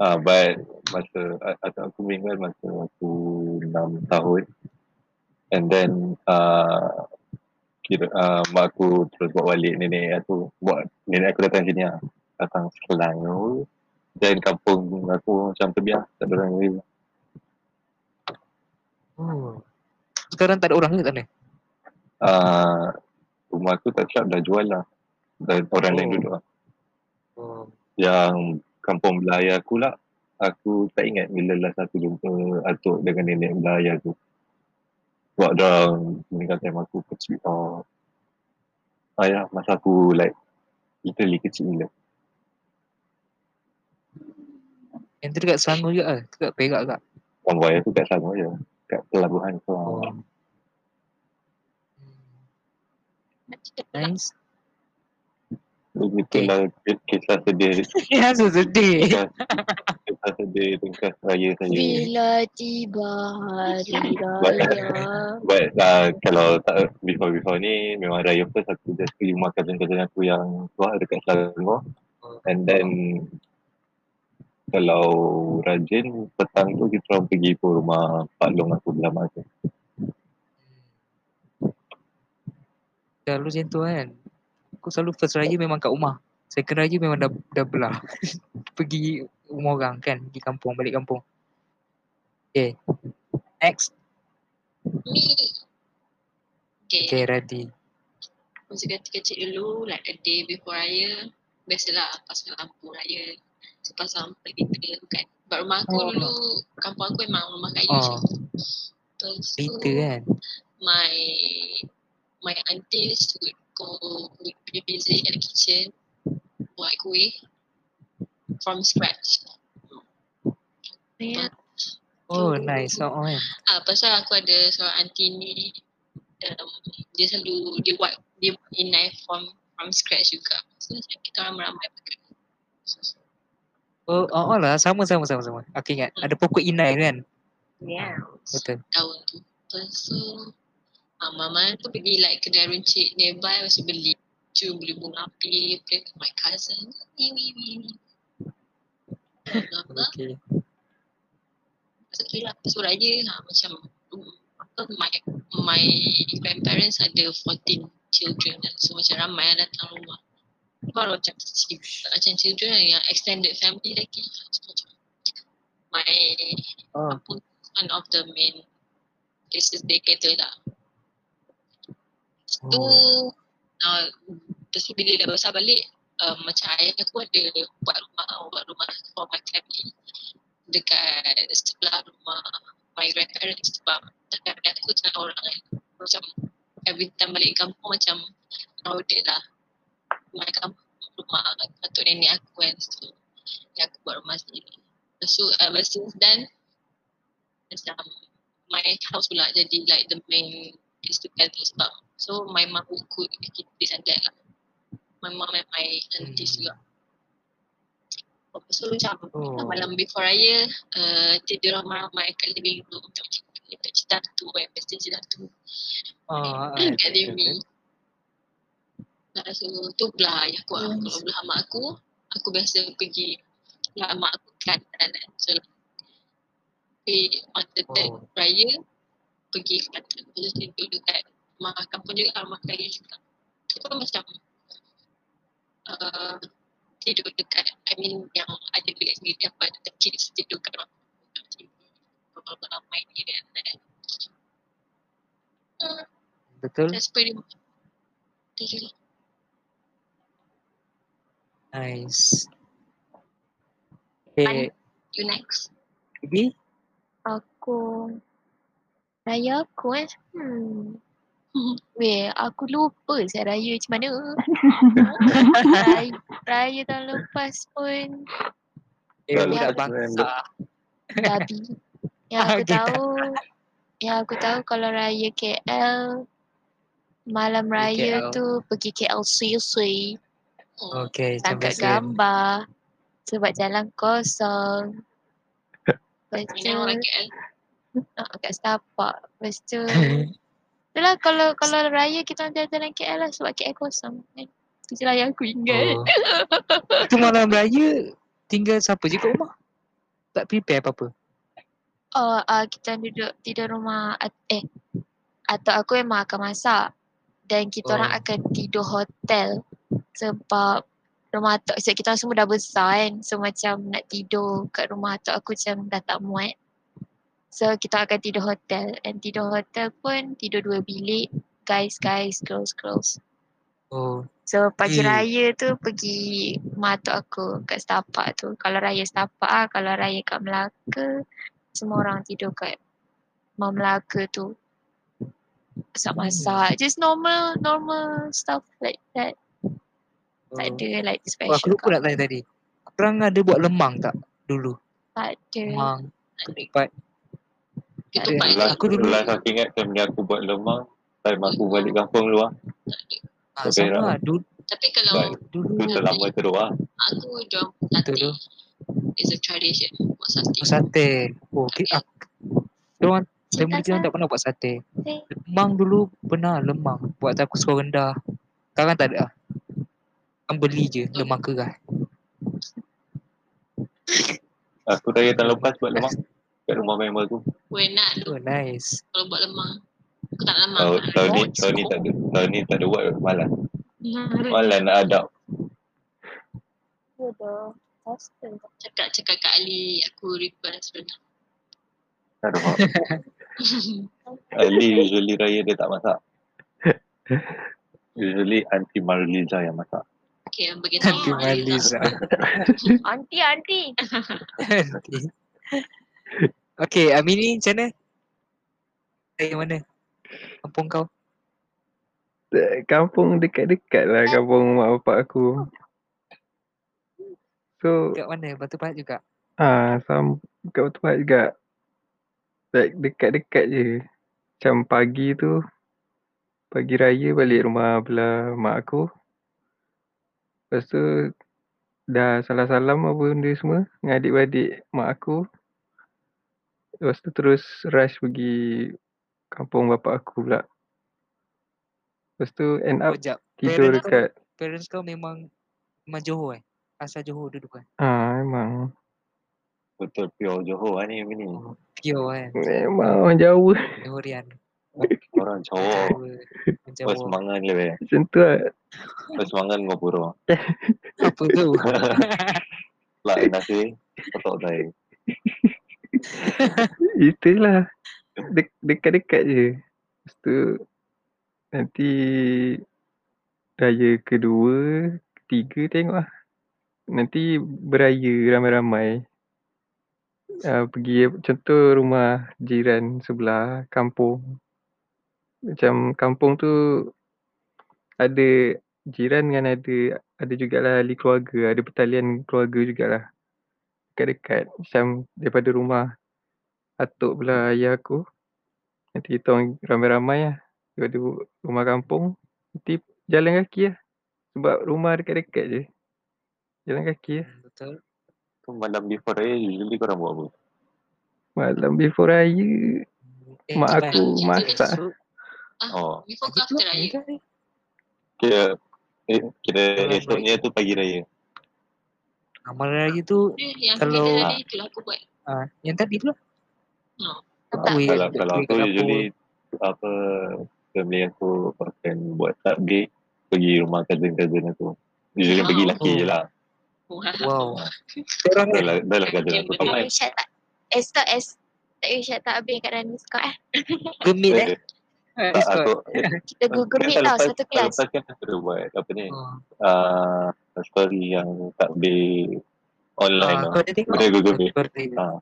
Ah, but masa a- a- aku meninggal masa aku 6 tahun. And then ah kira ah, mak aku terus bawa balik nenek aku buat nenek aku datang sini lah. Datang Selangor dan kampung aku macam terbiar tak ada orang lain.
Oh. Sekarang tak ada orang ke kat sana?
Ah, rumah aku tak silap dah jual lah dan orang lain
Oh.
duduk lah.
Oh.
yang kampung belah ayah aku lah aku tak ingat bila last aku jumpa atuk dengan nenek belah ayah aku sebab dah meninggal time aku kecil uh, ayah Ah, ya, masa aku like literally kecil gila
Yang tu dekat Selangor juga lah. Dekat Perak juga.
kampung ayah aku kat Selangor je kat pelabuhan tu
Oh.
oh.
Nice.
begitulah okay. lah, kisah sedih
Ya, so sedih.
kisah, kisah sedih ringkas raya saya
Bila tiba hari raya.
But uh, kalau tak before-before ni memang raya first aku just pergi rumah cousin-cousin aku yang tua dekat Selangor and then kalau rajin petang tu kita orang pergi pun rumah Pak Long aku belah mak aku.
Selalu macam tu kan. Aku selalu first raya memang kat rumah. Second raya memang dah, dah belah. Pergi rumah orang kan. Pergi kampung, balik kampung. Eh, Okay. Next.
Me. Okay.
Okay, Radhi.
Masa kecil-kecil dulu, like a day before raya, biasalah pasang lampu raya. So pasang pelita kan. Sebab rumah aku oh.
Oh.
dulu, kampung aku memang rumah kayu oh.
Oh,
Lepas tu,
Rita kan.
my, my aunties would go, would be busy at the kitchen, buat kuih from scratch.
Ya.
Oh, nice. Oh, oh, kan.
Ah, pasal aku ada seorang auntie ni, um, dia selalu, dia buat, dia inai from from scratch juga. So macam kita orang meramai pakai.
Oh, oh, oh lah. Sama, sama, sama, sama. Aku ingat. Ada pokok inai kan.
Yeah.
Betul.
tahun tu. Lepas tu uh, mama tu pergi like kedai runcit nearby lepas tu beli cuma beli bunga api play with my cousin. Wee wee wee. Mama lepas tu
Okay.
lah lepas tu raya ha, macam mm, apa my my grandparents ada 14 children lah. So macam ramai yang datang rumah. Baru macam si- macam children yang extended family lagi. lah. So, macam my
Oh,
apa one of the main cases they cater lah. tu
Oh.
uh, lepas tu bila dah besar balik uh, macam ayah aku ada buat rumah buat rumah for my family dekat sebelah rumah my grandparents sebab family aku jangan orang lain macam every time balik kampung macam crowded lah my kampung rumah atuk nenek aku kan so yang aku buat rumah sendiri lepas tu uh, ever since then macam my house pula jadi like the main place to gather sebab so my mum will cook activities and that lah my mum and my aunties juga lah, so macam
Oh.
malam before raya uh, tidur ramai-ramai kat living room macam dekat Citatu kan, Pesta Citatu
Ah, ah,
kat Dewi. Nak rasa tu belah ayah aku. lah.
Hmm.
Kalau belah mak aku, aku biasa pergi belah mak aku ke kanan. eh. So, pergi mata oh.
Oh.
raya, pergi ke kanan. Terus tidur dekat rumah kampung juga, rumah kaya juga. Kita pun macam uh, tidur dekat, I mean yang ada bilik sendiri dapat kecil tidur kat rumah. Kalau ramai ni eh. dan
betul.
That's pretty much. Tidur
Nice. Okay,
You next.
Bibi.
Aku raya aku eh. Hmm.
Hmm.
Weh, aku lupa saya raya macam mana. raya, raya tahun lepas pun
Eh,
Betul.
budak
Yang-
bangsa.
babi. Yang aku
Okay.
tahu, yang aku tahu kalau raya KL, malam
Pergi
raya
KL.
tu pergi KLCC,
Oh.
Okay, jumpa
tangkap
soon.
gambar, sebab jalan kosong. Lepas tu,
Minang orang KL.
nak Ah, kat setapak. Lepas tu, Itulah kalau kalau raya kita orang jalan-jalan KL lah sebab KL kosong kan. Itu je lah yang aku ingat.
Oh. Itu malam raya tinggal siapa je kat rumah? Tak prepare apa-apa.
Oh, uh, kita orang duduk tidur rumah at- eh atau aku memang akan masak dan kita orang
Oh.
akan tidur hotel sebab rumah atuk sebab kita orang semua dah besar kan. So macam nak tidur kat rumah atuk aku macam dah tak muat. So kita akan tidur hotel and tidur hotel pun tidur dua bilik guys guys girls girls.
Oh.
So
Eh.
pagi raya tu pergi rumah atuk aku kat setapak tu. Kalau raya setapak ah, kalau raya kat Melaka semua orang tidur kat rumah Melaka tu. Masak-masak. Just normal normal stuff like that. Tak
oh.
ada like
Oh,
special.
aku lupa nak tanya tadi. Korang ada buat lemang tak dulu?
Tak ada.
Lemang, ketupat.
Ketupat
Ada.
je.
Last,
Aku dulu-
last aku ingat time yang aku buat lemang, time aku balik kampung dulu lah.
Ah,
Okey,
sama dulu,
Tapi kalau
dulu
Tu terlama teruk lah.
aku jual
Betul
sate,
tu.
it's a tradition. Buat sate.
buat sate. Oh, okay. aku, diorang,
Cinta
family kita orang
sate.
tak pernah buat sate. Lemang dulu pernah lemang. Buat aku suka rendah. Sekarang tak ada lah. Kan beli je lemang keras.
Aku raya tahun lepas buat lemang kat rumah member aku.
Kuih nak tu
Oh, nice.
kalau buat lemang. Aku tak nak lemang.
Tahun, tahun ni,
Oh,
tahun ni tak ada, tahun ni tak ada buat malas.
Hmm.
Malas nak adab.
Cakap, cakap kat Ali, aku request pernah.
Sarawak. Ali usually raya dia tak masak. Usually Aunty Marliza yang masak.
okay, yang bagi tahu.
Nanti Maliza.
Aunty, aunty.
Nanti. okay, Amini macam mana? Saya mana? Kampung kau?
Tak, Kampung dekat-dekat lah kampung mak bapak aku. So,
Kat mana? Batu Pahat juga?
ah sam kat tempat juga. Like dekat-dekat je. Macam pagi tu pagi raya balik rumah belah mak aku. Lepas tu dah salam-salam apa benda semua dengan adik-adik mak aku. Lepas tu terus rush pergi kampung bapak aku pula. Lepas tu end
Oh,
up
jap.
tidur
Parents kau,
dekat
parents kau memang memang Johor eh? Asal Johor duduk kan?
ah memang
Betul pure Johor lah ni ni.
Pure kan?
memang orang Jawa
Johorian.
Orang Johor.
Jawa.
Kau
Jawa.
semangat lebih.
macam tu lah.
Kau semangat kau pura.
Apa tu?
Lah nasi kotak saya.
Itulah. Dek- Dekat-dekat je. Lepas tu nanti raya kedua, ketiga tengok lah. Nanti beraya ramai-ramai. Uh, pergi contoh rumah jiran sebelah kampung. Macam kampung tu ada jiran dengan ada ada jugalah ahli keluarga, ada pertalian keluarga jugalah. Dekat-dekat macam daripada rumah atuk belah ayah aku. Nanti kita orang ramai-ramai lah. Daripada ru- rumah kampung. Nanti jalan kaki lah. Sebab rumah dekat-dekat je. Jalan kaki lah.
Betul.
Tu malam before raya usually korang buat apa?
Malam before raya.
Eh,
Mak
cepat.
aku
Cepat.
masak.
Esok-
Oh,
Before ke
esok
after raya?
dah ni.
kira eh, kira
Orang
esoknya tu pagi raya.
Amal raya tu
Dia yang
Kalau-
kita tadi itulah aku buat.
ah, yang tadi tu lah.
Tak.
Kuih
kalau
ada
kalau
kuih
aku
kat dapur.
usually apa family aku akan buat takbir pergi rumah cousin-cousin aku. Usually
Wow.
pergi lelaki
Oh.
je lah.
Wow.
Wow.
Korang
Dah lah, dah lah cousin aku
Tak
ramai.
payah syak tak. Escort es tak payah syak tak habis kat Rani Scott eh.
gemit eh.
Eh, Tak
Escort.
aku eh,
Kita Google Meet tau
lepas,
satu kelas.
Lepas kan aku dah buat apa ni
Oh.
uh, story yang takbir online
Ah,
lah.
kau ada tengok?
Boleh Google Meet.
Kau ada tengok?
Ah.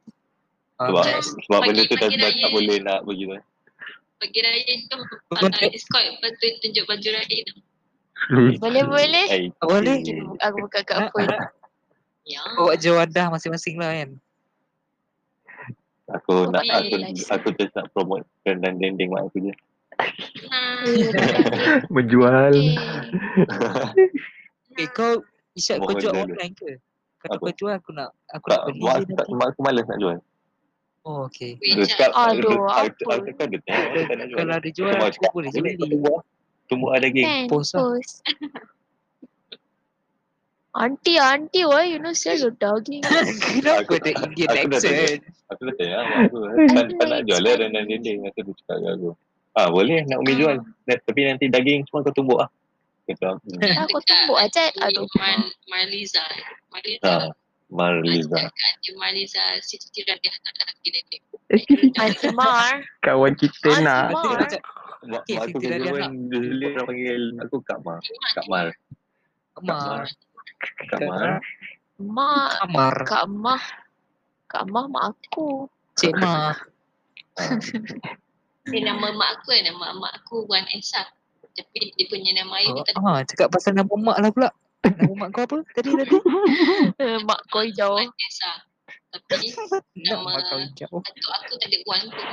Ah,
Sebab,
nice.
sebab benda tu dah,
Pagi-pagi
dah tak
raya.
boleh nak bagi
Eh,
tu.
Pagi raya jom
Bukan
uh, escort lepas tu tunjuk baju raya tu.
Boleh boleh.
Eh,
Boleh.
Kita bu- Aku buka kat
Nak,
phone.
nak.
Ya.
Bawa jawadah masing-masing lah kan.
Aku nak
Boleh,
aku
Laksa.
aku just nak promote kerendang dendeng mak lah, aku je.
Ha.
Eh, tak boleh.
Menjual.
Eh kau, Isyad kau
Mohon
jual
dulu.
online ke? Kalau
Apa?
kau jual aku nak aku
tak,
nak beli
mak,
je
tak,
nanti.
mak aku malas nak jual.
Oh okey.
Dia
Wechat.
cakap,
Aduh,
dia- aku,
apa?
aku kata tengok, aku tak nak jual.
Kalau ada jual
Cuma
aku
cakap,
boleh je
boleh kau
beli.
tumbuh ah. Tumbuh ah daging.
Kan?
post lah.
Post. Aunty, aunty, why you know sell your doggy?
Kenapa
Aku-
ada Indian
aku dah
accent?
Aku dah tanya mak aku, tak, tak nak jual lah rendang dendeng. Aku dia cakap dengan aku. Ah boleh nak umi jual. Na- Tapi nanti daging semua kau tumbuk ah. Kata, hmm,
Aku tumbuk aja. Aduh.
Man, Marliza. Marliza.
ah, Marliza.
lah. kan? Dia Marliza. Siti Radia anak lelaki kan, dia.
Eh,
Aunty Mar.
Kawan
Aunty
kita nak.
Mar.
Dia cakap,
Mak,
Okey,
mak aku
Siti
dulu
Radia
kan, dulu orang panggil aku Kak Mar. Kak Mar.
Kamar.
Kak Mar.
Mak.
Kamar.
Kak Mah. Kak Mah mak aku.
Cik Ma.
Ah.
Dia nama mak aku kan. Nama mak aku Wan Esa. Tapi dia punya nama air
Oh,
dia tak
ah, cakap pasal nama mak lah pula. Nama mak kau apa tadi tadi?
Eh, mak kau hijau.
Oh.
Wan Esa. Tapi
Nama
Nama-
kau hijau.
atuk aku tak ada Wan pun.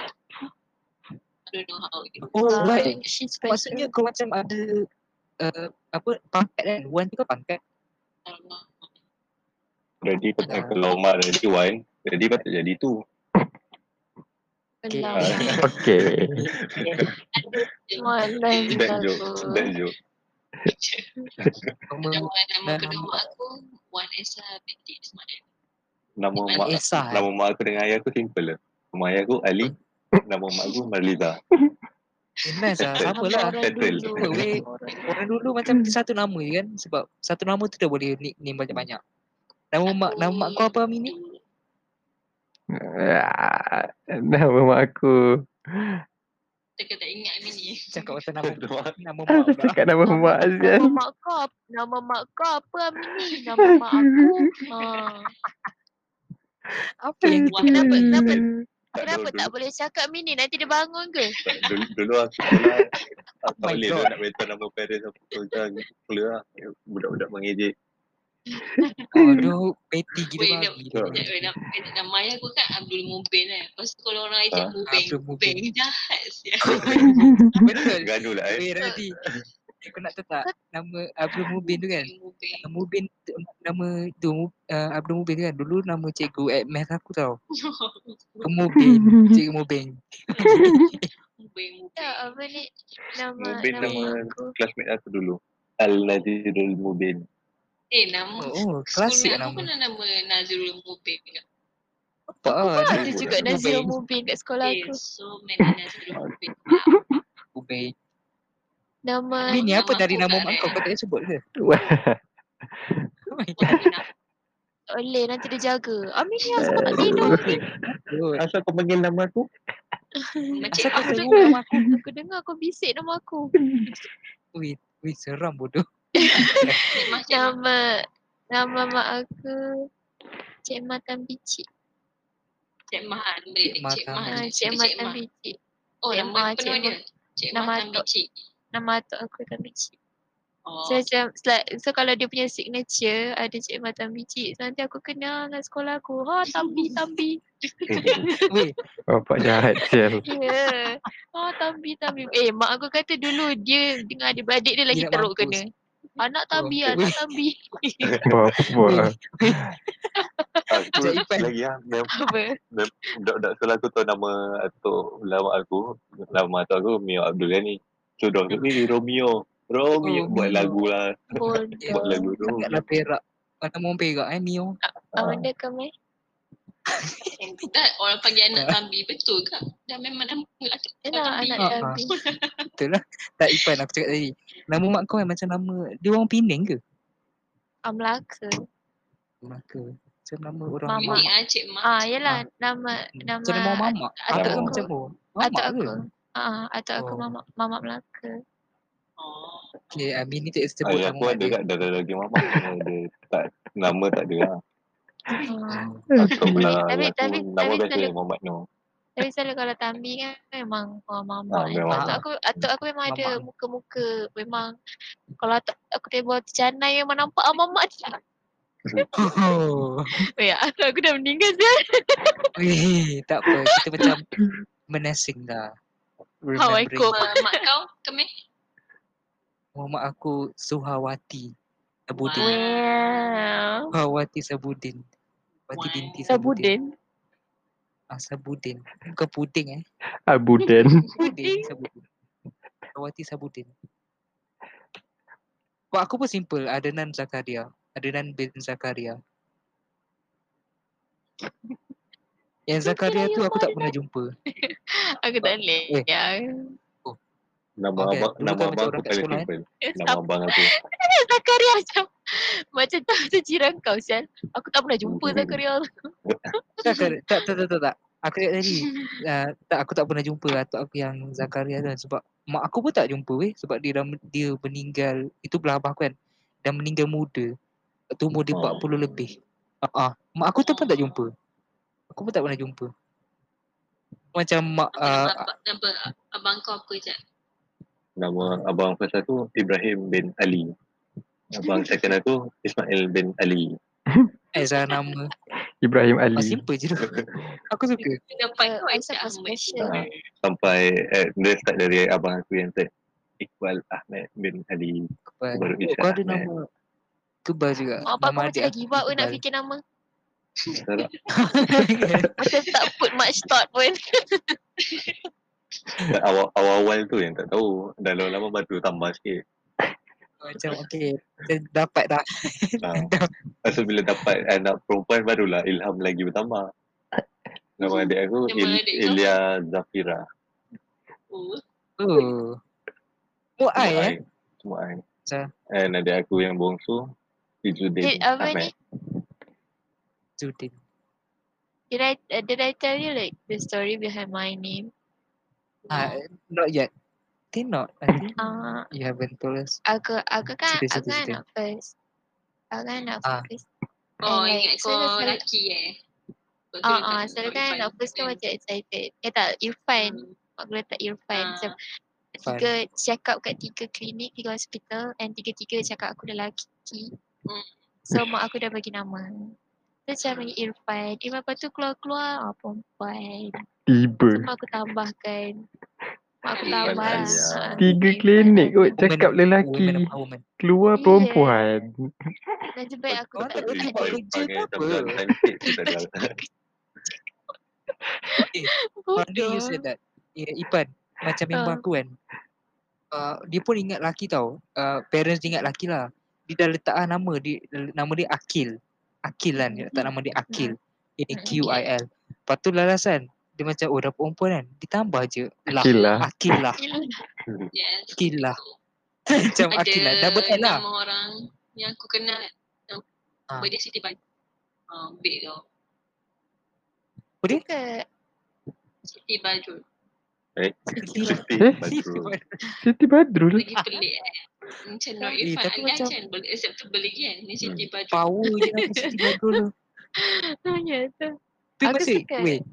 I don't know how it
Oh,
Ah,
right.
she's special.
Maksudnya kau macam ada uh, apa pangkat kan? Wan tu kau pangkat.
Allah.
Jadi patut-
Ah.
kalau mak jadi one, jadi patut jadi two.
Alah,
Ah.
Okay.
malam
That joke. That joke.
Nama
Nama nama
Dan
kedua
nama-
mak aku Wan Esa binti Ismail.
Nama
Wan
mak
Esa. eh?
nama mak aku dengan ayah aku simple lah. Nama ayah aku Ali, nama mak aku Marliza.
Eh, nice lah. Sama lah.
Settle.
Weh, Orang dulu macam satu nama je kan sebab satu nama tu dah boleh nickname banyak-banyak. Nama Oh, mak nama mak kau apa Amin ni?
Ah, Nama mak aku.
Kita tak ingat ni ni.
Cakap pasal nama nama mak
Aku
pula.
cakap nama mak Azian.
Nama mak kau, nama mak kau apa Amini? Nama mak aku. Ha.
Apa yang
Wah,
kenapa- kenapa?
Tak,
Kenapa
dulu-
tak boleh cakap Mini? Nanti dia bangun ke?
tak, dulu, dulu aku sekolah,
Oh my
aku tak boleh
God.
dah nak minta nama parents aku. Kau sekarang pula lah. Budak-budak mengejek.
aduh peti
Weh,
gila babi.
dah-
Sekejap, weh, nama- eh, Nama ayah aku kan Abdul Mubin kan. Lepas tu kalau orang ajak
Ah,
Mubin.
Abdul Mubin.
Mubin jahat siap.
Kan? Betul.
Gaduh lah eh.
Weh Radhi. Aku nak tahu tak nama Abdul Mubin tu kan?
Mubin.
Nama Mubin tu- nama tu Mu- uh, Abdul Mubin tu kan dulu nama cikgu at math aku tau. Kemubin, cikgu Mubin.
Mubin, Mubin.
Tak, apa ni? Ya, Nama,
Mubin
nama
nama-
aku.
Classmate aku dulu. Al-Nazirul Mubin.
Eh, nama school
Oh, klasik
mate aku
nama.
pernah nama Nazrul Mubin. you know.
Apa ah,
Ah,
nama
Ada juga
Mubin.
Nazir Mubin kat sekolah
Eh,
aku.
so many Nazrul Mubin. Wow.
Mubin.
Nama
Mubin ni apa
Nama
dari
aku
nama
tak
mak
ada.
kau? Kau tak payah sebut ke? Oh my
Wah,
God.
kenapa?
oleh nanti dia jaga. Amini asal kau tak tidur?
Good.
Asal kau panggil nama aku?
Macam
Asal kau
aku
sebut nama aku?
Aku dengar kau bisik nama aku.
Wih, wih seram bodoh.
macam
Nama nama mak aku Cik Matan Bicik.
Cik Mahan boleh
Cik
Cik Mahan.
Ha,
Mahan.
Cik
Cik
Matan
Mah.
Bicik.
Oh,
Cik
nama
Mah,
penuh
Cik
dia. Cik
Nama
Matan
atuk.
Bicik.
Nama atuk aku Matan Bicik.
Oh,
So, macam, sel- so kalau dia punya signature ada Cik Matan Bicik. So, nanti aku kenal dengan sekolah aku. Ha, Tambi, Tambi.
Wih,
Bapak jahat sial.
Ya. Ah, Yeah. Ha, Tambi, Tambi. Eh, mak aku kata dulu dia dengan adik-beradik dia lagi
Dia nak
teruk
mampus.
kena. Anak tabi,
Oh.
anak tabi.
Bapak.
Aku
Cik Ipan.
lagi lah mem-
Apa?
Dok dok selalu aku tahu nama atuk lama aku, nama atuk aku Mio Abdul ni. So dok ni Romeo. Romeo
Oh,
buat
Mio.
lagu lah.
Oh,
Bodoh.
Buat lagu tu.
Sangatlah perak. Mana mau perak eh Mio?
Apa benda kau main?
Tak, orang panggil anak tabi betul ke? Dah memang nama lah. atuk
Yalah, Eh, anak
Ah,
tabi.
Tak Ipan aku cakap tadi. Nama mak kau kan macam nama dia orang Penang ke?
Ah, Melaka.
Melaka. Macam nama orang
Mama.
Mamak.
Ini ah Cik Mak.
Ah, yalah. Nama,
Hmm.
nama.
Macam nama mamak.
atuk
Atuk kau
aku.
macam oh. Mamak
Atuk
ke?
aku. Ah, atuk aku
Oh.
mamak, mamak Melaka.
Oh.
Okay, Abi ni ah, tak sebut
Ayah
nama
aku
mak
ada
dia.
kat dah dah lagi mama. Dia tak nama tak ada lah.
Ah.
Hmm.
Atuk
Tapi-
lah.
tapi-
Aku
tapi-
nama
tapi
biasa
selalu-
Muhammad Nur.
Tapi selalu kalau Tambi kan memang orang
Ah,
mamak.
memang.
atuk aku atuk aku memang ada
Mamak.
muka-muka memang kalau atuk aku tebal tercanai memang nampak ah mamak dia.
Oh.
Weh, atuk aku dah meninggal dia.
Weh, tak apa. Kita macam menasing lah.
How I
Remembering.
cope.
Uh, mak kau kemeh?
Mamak aku Suhawati Sabudin.
Wow.
Wow.
Suhawati Sabudin. Wati
Wow.
binti Sabudin.
Sabudin.
Ah, Sabudin. Bukan puding eh.
Abuden.
Puding Sabudin. Suhawati Sabudin. Kok aku pun simple. Adenan Zakaria. Adenan bin Zakaria. Yang Zakaria tu aku tak pernah jumpa.
Aku tak boleh.
Weh.
Ya.
Nama
Okay,
abang,
dulu
nama
kan macam orang
abang
kat
aku paling
sekolah, eh.
simple. Nama
Siapa
abang aku.
Zakaria macam macam tak macam jiran kau Sian. Aku tak pernah jumpa Zakaria tu.
Tak, tak, tak, tak, tak, tak, tak. Aku cakap tadi, uh, tak, aku tak pernah jumpa atuk aku yang Zakaria tu kan sebab mak aku pun tak jumpa weh sebab dia dah, dia meninggal, itu belah abah aku kan, dah meninggal muda. Tu umur dia
Oh.
40 lebih. Ah, uh mak aku tu pun tak jumpa. Aku pun tak pernah jumpa. Macam mak
Abang,
uh,
abang, abang, abang kau apa je?
Nama abang first aku Ibrahim bin Ali. Abang second aku Ismail bin Ali.
Aizah nama.
Ibrahim
Ah,
Ali.
simple je tu. Aku suka.
Dapat kau
I
Aisyah
siapa
Ahmad.
Eh, special.
Ah, sampai eh, dia start dari abang aku yang third. Iqbal Ahmed bin Ali.
Kebal.
Baru
Oh,
Isha
kau ada
Ahmed.
nama Kebal juga.
Mak bapak aku macam dah give up pun nak
Iqbal.
fikir nama.
Salah.
Macam tak put much thought pun.
Tak, awal- Awal-awal tu yang tak tahu. Dah lama-lama baru tambah sikit.
Macam okay, kita dapat dah.
Ah.
Dah.
Lepas tu bila dapat anak perempuan barulah ilham lagi bertambah. Nama adik aku
Nama
Il-
adik kau?
Ilya Zafira.
Oh.
Oh. Muai eh.
Muai. Muai.
Macam-
And adik aku yang bongsu Izzuddin
Dia apa ni?
Ahmed.
Judin.
Did I uh, did I tell you like the story behind my name?
Ah, not yet. Think not. I think
Uh,
you haven't told us.
aku aku kan
Hmm. Cerita, cerita,
aku kan
cerita.
anak first. Aku kan anak
Ah.
first.
Oh,
Alright,
ingat
so
kau
dah selalu-
lelaki eh? Lepas tu
Ah
letak
ah, selalu kan
Irfan
anak first kan
kan?
macam excited. Eh tak, Irfan.
Hmm.
Mak aku letak Irfan.
Ah.
Macam
Irfan.
tiga check up kat tiga klinik, tiga hospital and tiga-tiga cakap aku lelaki.
Hmm.
So mak aku dah bagi nama. So macam bagi Irfan. Irfan lepas tu keluar-keluar ah perempuan. So
Tiba.
mak aku tambahkan. Mak aku
Irfan
tambah lah.
Alia.
Ah,
Tiga
Irfan
klinik
Alia.
kot
Women-
cakap
Women
lelaki.
empowerment.
Keluar
Yeah.
perempuan.
Nasib baik aku
Kau
tak
tak boleh
ada
buat kerja ke apa?
lah.
Funny you
bodoh.
said that. Yeah, Ipan. Macam member
Ah.
aku kan. Uh, dia pun ingat laki tau. Uh, parents dia ingat laki lah. Dia dah letak ah nama. Dia, nama dia Akil. Akil kan. Dia letak nama dia Akil. A-Q-I-L. Lepas tu lalasan. Dia macam oh dah perempuan kan. Ditambah je. Lah.
Akil lah.
Akil lah.
Yes.
Akil lah. Macam
Ada
Akil lah. Double L lah.
nama orang yang aku kenal.
Ah.
Nama dia Siti Ban. Ah, baik tau.
Ke
Siti Badrul.
Siti
Eh?
Badrul.
Siti Badrul.
Lagi pelik eh. Macam Nur
Eh,
Irfan
tapi
Alia
macam-
macam boleh acceptable lagi kan. Ni Siti
Hmm.
Badrul.
Power je lah, aku Siti Badrul tu.
tanya tu.
Tu
Aku
masih,
suka.
wait.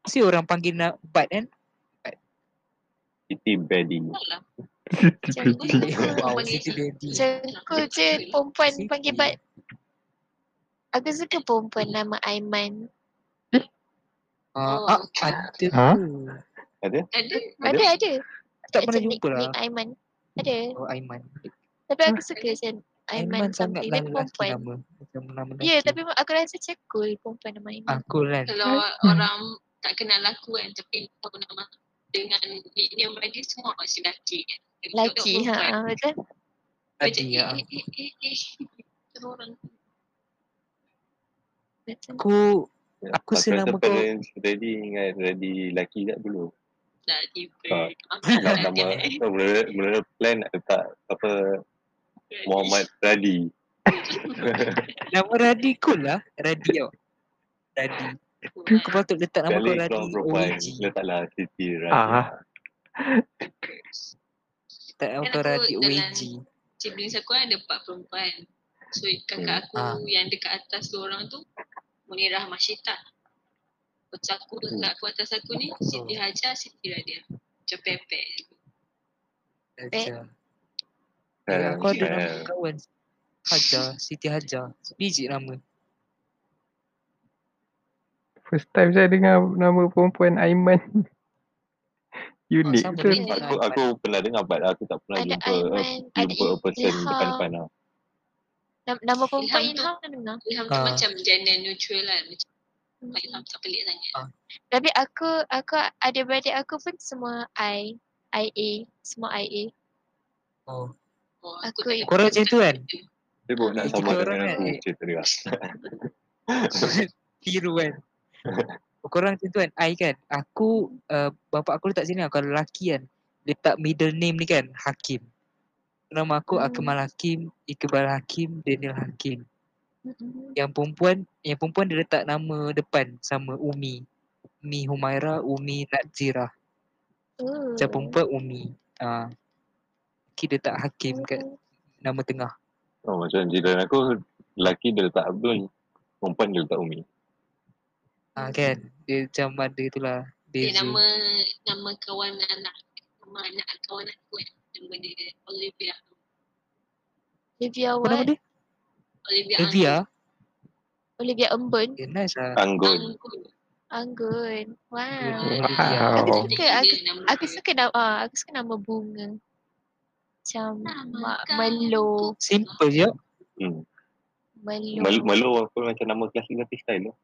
Masih orang panggil nak Bad kan?
Siti Bedi.
Tak lah.
Siti
Macam
Bedi.
Siti.
wow, Siti Bedi.
Macam aku je perempuan
Siti.
panggil bat. Aku suka perempuan nama Aiman.
Ah,
Oh,
ah, ada
Ha?
ke?
Ada?
Ada.
Ada ada.
Tak pernah
Macam
jumpa lah.
nickname Aiman. Ada.
Oh, Aiman.
Tapi aku suka macam Aiman
sangat
Samdi
lah
kan
lelaki
perempuan.
nama. Macam nama lelaki.
Ya tapi aku rasa macam cool perempuan nama Aiman.
Aku kan.
Kalau orang tak kenal aku kan tapi tahu nama dengan nickname dia semua masih lelaki kan.
Lelaki ha betul.
Tadi
"Eh,
ya.
ya. orang
Betul.
Aku Aku
Pasal
selama kau-
tu parents ready dengan ready lelaki tak dulu.
dah tiba.
Ah.
Amat
Nak
lah
nama
dia.
kau mula, mula plan nak letak apa Muhammad Radi.
nama Radi cool lah. Radi tau. Radi.
lah.
Kau patut letak nama
Kali
kau Radi E
kau perempuan
OG.
letaklah Siti Radi.
Ah.
Letak nama
Kan
kau
aku
Radi E
dalam-
OG.
siblings aku kan ada empat perempuan. So kakak aku
Ah.
yang dekat atas dua orang tu Munirah Masyita. Macam aku dekat aku atas aku ni Siti Hajar, Siti Radia. Macam pepek.
Macam.
Ah,
Ya, Kau ada nama
ah.
kawan. Hajar. Siti Hajar. Biji nama.
First time saya dengar nama perempuan Aiman.
Oh,
Unik
sama
betul.
ni.
Aku aku pernah dengar but aku tak pernah
Ada
jumpa eh,
Aiman, ada
jumpa a person
Ilham.
depan-depan lah.
Nam- Nama
Ilham
perempuan
tu-
Ilham kan dengar.
Ilham tu
Ah.
macam gender neutral lah. Macam Mak Ilham tak pelik sangat.
Tapi aku aku ada beradik aku pun semua I IA semua IA.
Oh.
Oh,
Aku
tak-
Korang macam tu kan?
Sibuk nak
Eh,
sama
tiga
dengan
orang
aku
kan, eh.
cerita dia.
Tiru kan. Korang macam tu kan. I kan. Aku. Uh, bapak aku letak sini lah. Kalau lelaki kan. Letak middle name ni kan. Hakim. Nama aku
Hmm.
Akmal Hakim. Iqbal Hakim. Daniel Hakim.
Mm-mm.
yang perempuan yang perempuan dia letak nama depan sama Umi. Umi Humaira, Umi Nazira.
Oh.
Macam perempuan Umi. Ah. Kita letak Hakim kat nama tengah.
Oh, macam jiran aku lelaki dia letak Abdul, perempuan dia letak Umi.
Ah kan. Dia macam ada itulah
Dia
beza.
nama nama kawan anak nama anak kawan aku kan. Nama dia Olivia.
Olivia
Apa nama
what?
dia?
Olivia
Olivia.
Olivia Embun,
Yeah, nice lah.
Anggun.
Anggun.
Anggun. Wow.
Olivia.
Aku
Wow.
suka aku, aku suka nama ah, aku suka nama bunga. Macam
Nama
mak
kau
melo,
Simple je.
Hmm.
melo.
Melu, melu apa macam nama klasik tapi style tu.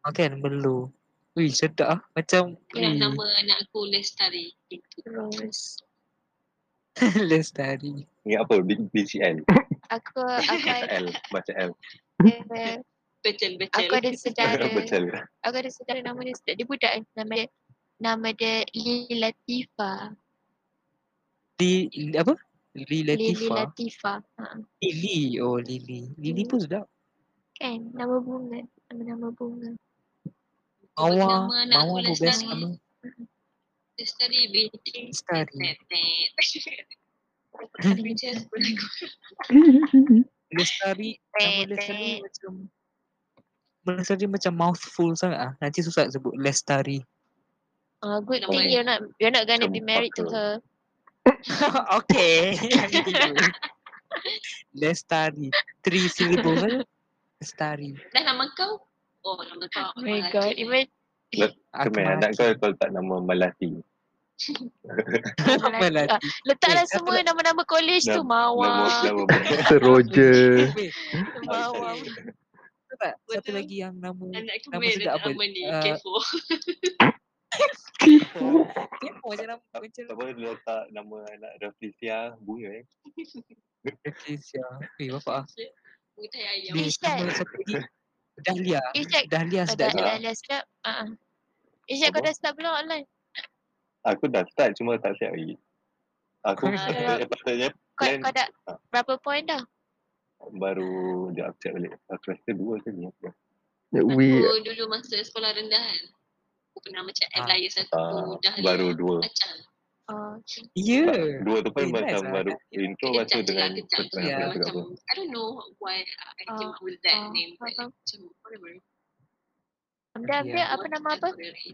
Ah kan, Melu. Ui, sedap ah. Macam
Kira
ni.
nama anak aku Lestari.
Terus
Lestari.
Ingat apa? B- BCL.
aku aku ada
L. Baca L.
Betul, betul.
aku ada saudara
Baca L.
aku ada saudara nama dia sedap. dia budak kan? nama dia nama dia Lili Latifa.
Di, apa? Lili
Lili
Latifah.
Latifa. Ha.
Lili. Oh, Lili. Lili pun sedap.
Kan nama bunga, nama-nama bunga.
Mawar.
Nama anak
Mawar
aku
pun best.
Lestari.
Nama
Lestari Binti.
Lestari. Lestari
Eh,
nama
Tek,
Lestari
tek.
macam Lestari macam mouthful sangat ah. Nanti susah nak sebut Lestari.
Uh, good
Nama
thing
dia.
you're not you're not gonna be
Macam
married to
pakar.
her.
okay. Lestari. Three syllable kan? Lestari.
Dah nama kau? Oh, nama kau.
Oh my god, imagine
Ah,
Kemen anak kau kau letak nama Melati.
Melati.
Melati.
ah, letaklah
Eh,
semua
kata-
nama-nama college tu
Nama- Nama
Mawar,
nama benda.
Sir Roger.
Weh,
Mawar.
Sorry.
tahu tak? Satu
Betul.
lagi yang nama
Anak aku
Nama
main
sedap
dah
apa?
nama ni.
Ah.
Kepo.
Kepo macam nama macam
Tak boleh dia letak nama anak Raflisia bunga eh.
Patricia. Weh, bapak ah.
Mutai ayam.
Dia
Isyad.
nama satu lagi Dahlia.
Isyad,
Dahlia
eh? oh,
Ah, sedap
dah
juga.
dah dah sedap. Ah. Isyad kau
Apa?
dah sedap belum online?
Aku dah start cuma tak siap lagi. Aku
Ah.
patutnya patutnya
Kau
plan
kau dah
Ah.
berapa point dah?
baru jap aku check balik. Aku rasa dua je
Oh,
ni.
Ya,
Aku
We
Oh, dulu masa sekolah rendah kan. Aku pernah macam
Ah.
add layar
Ah,
satu. Dah
baru dua.
Macam.
Oh,
Ya.
Dua tu
Eh,
pun macam
nice lah.
baru intro
Kejap
masuk
je lah,
dengan
kejap je
personal
lah.
aku tak
Macam,
apa.
I don't know why I came up with
Ah,
that name. But
faham.
macam, whatever.
Ambil ambil
Dahlia.
apa nama apa?
Dahlia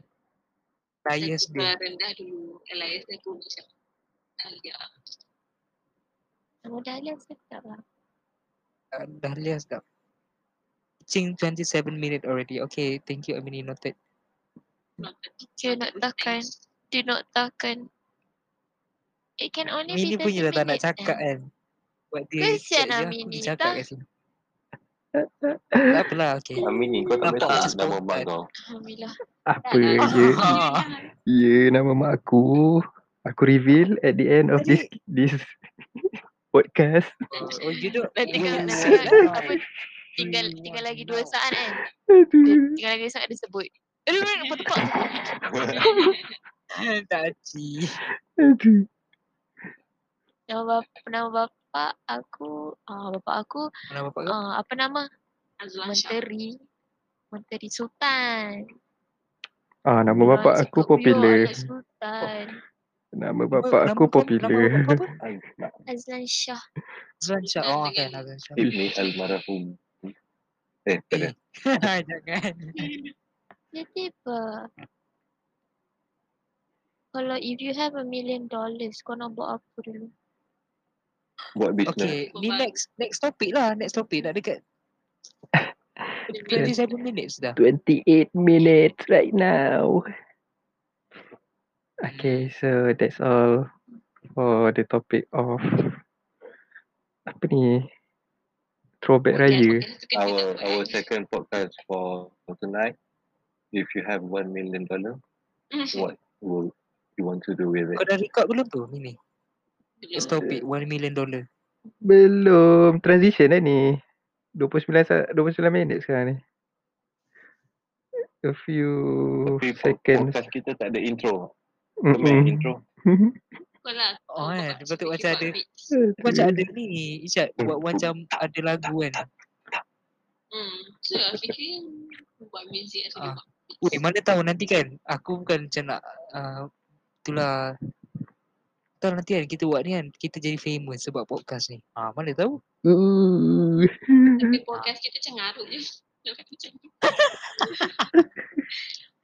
Saya
sedap.
sekolah rendah dulu. LIS aku macam, Alia.
Nama Dahlia sedap lah.
Uh, Dahlia sedap. Cing 27 minute already. Okay, thank you Amini noted.
Dia nak takkan. Do not takan. It can only
Amini
be 30
punya dah tak nak
minutes
cakap
now.
kan. Buat dia
Kesian
check je,
Amin
aku
ni,
cakap
tak?
kat sini. Tak apalah, okay.
Ya.
Amin ni kau tak
Nampak
boleh tak
lah,
macam
nama mak
perempuan.
kau.
Alhamdulillah.
Apa je?
Ah.
Kan?
Ya, nama mak aku. Aku reveal at the end of this this podcast.
Oh, oh, you don't.
Nanti
you-
kalau nak
you-
nak apa tinggal tinggal lagi dua saat kan.
Aduh.
Tinggal lagi saat dia sebut. Eh, mana nak tepat.
Tak cik.
Aduh.
Nama bapa, nama bapa aku, ah bapa aku
Mana bapak kau?
ah apa nama?
Azwan Shah.
Menteri Menteri Sultan.
Ah, nama bapak aku popular.
Oleh Sultan
Nama
Nama-
bapak
nama
aku
kau- Nama
popular.
bapak kau apa?
Aizna.
Azlan Shah.
Azwan Shah. Oh, kan. Azwan Shah.
Ibni almarhum. Eh, tak ada.
Eh, Jangan.
Dia tiba. Kalau if you have a million dollars, kau nak buat apa dulu?
Buat business.
Okay, ni next next topic lah. Next topic dah dekat 27 minutes dah.
28 minutes right now. Okay, so that's all for the topic of apa ni? Throwback Raya.
Our our second podcast for for tonight. If you have one million dollar, what will you want to do with it?
Kau dah record belum tu ni ni? Next topic 1 million dollar.
Belum transition dah ni. 29 sa- 29 minit sekarang ni. A few
Tapi po-
seconds.
podcast kita tak ada intro. Kau main
Mm-mm.
intro.
Sekolah.
Oh, eh, lepas tu macam ada-
Aduh.
Macam ada ni Isyad buat macam ada lagu kan.
Hmm. So, fikir buat muzik atau
Ah.
buat beats.
Weh, mana tahu nanti kan aku bukan macam nak uh, itulah tahu nanti kan kita buat ni kan kita jadi famous sebab podcast ni. Ah mana tahu?
Ooh.
Tapi podcast kita macam ngarut je. Lepas tu macam-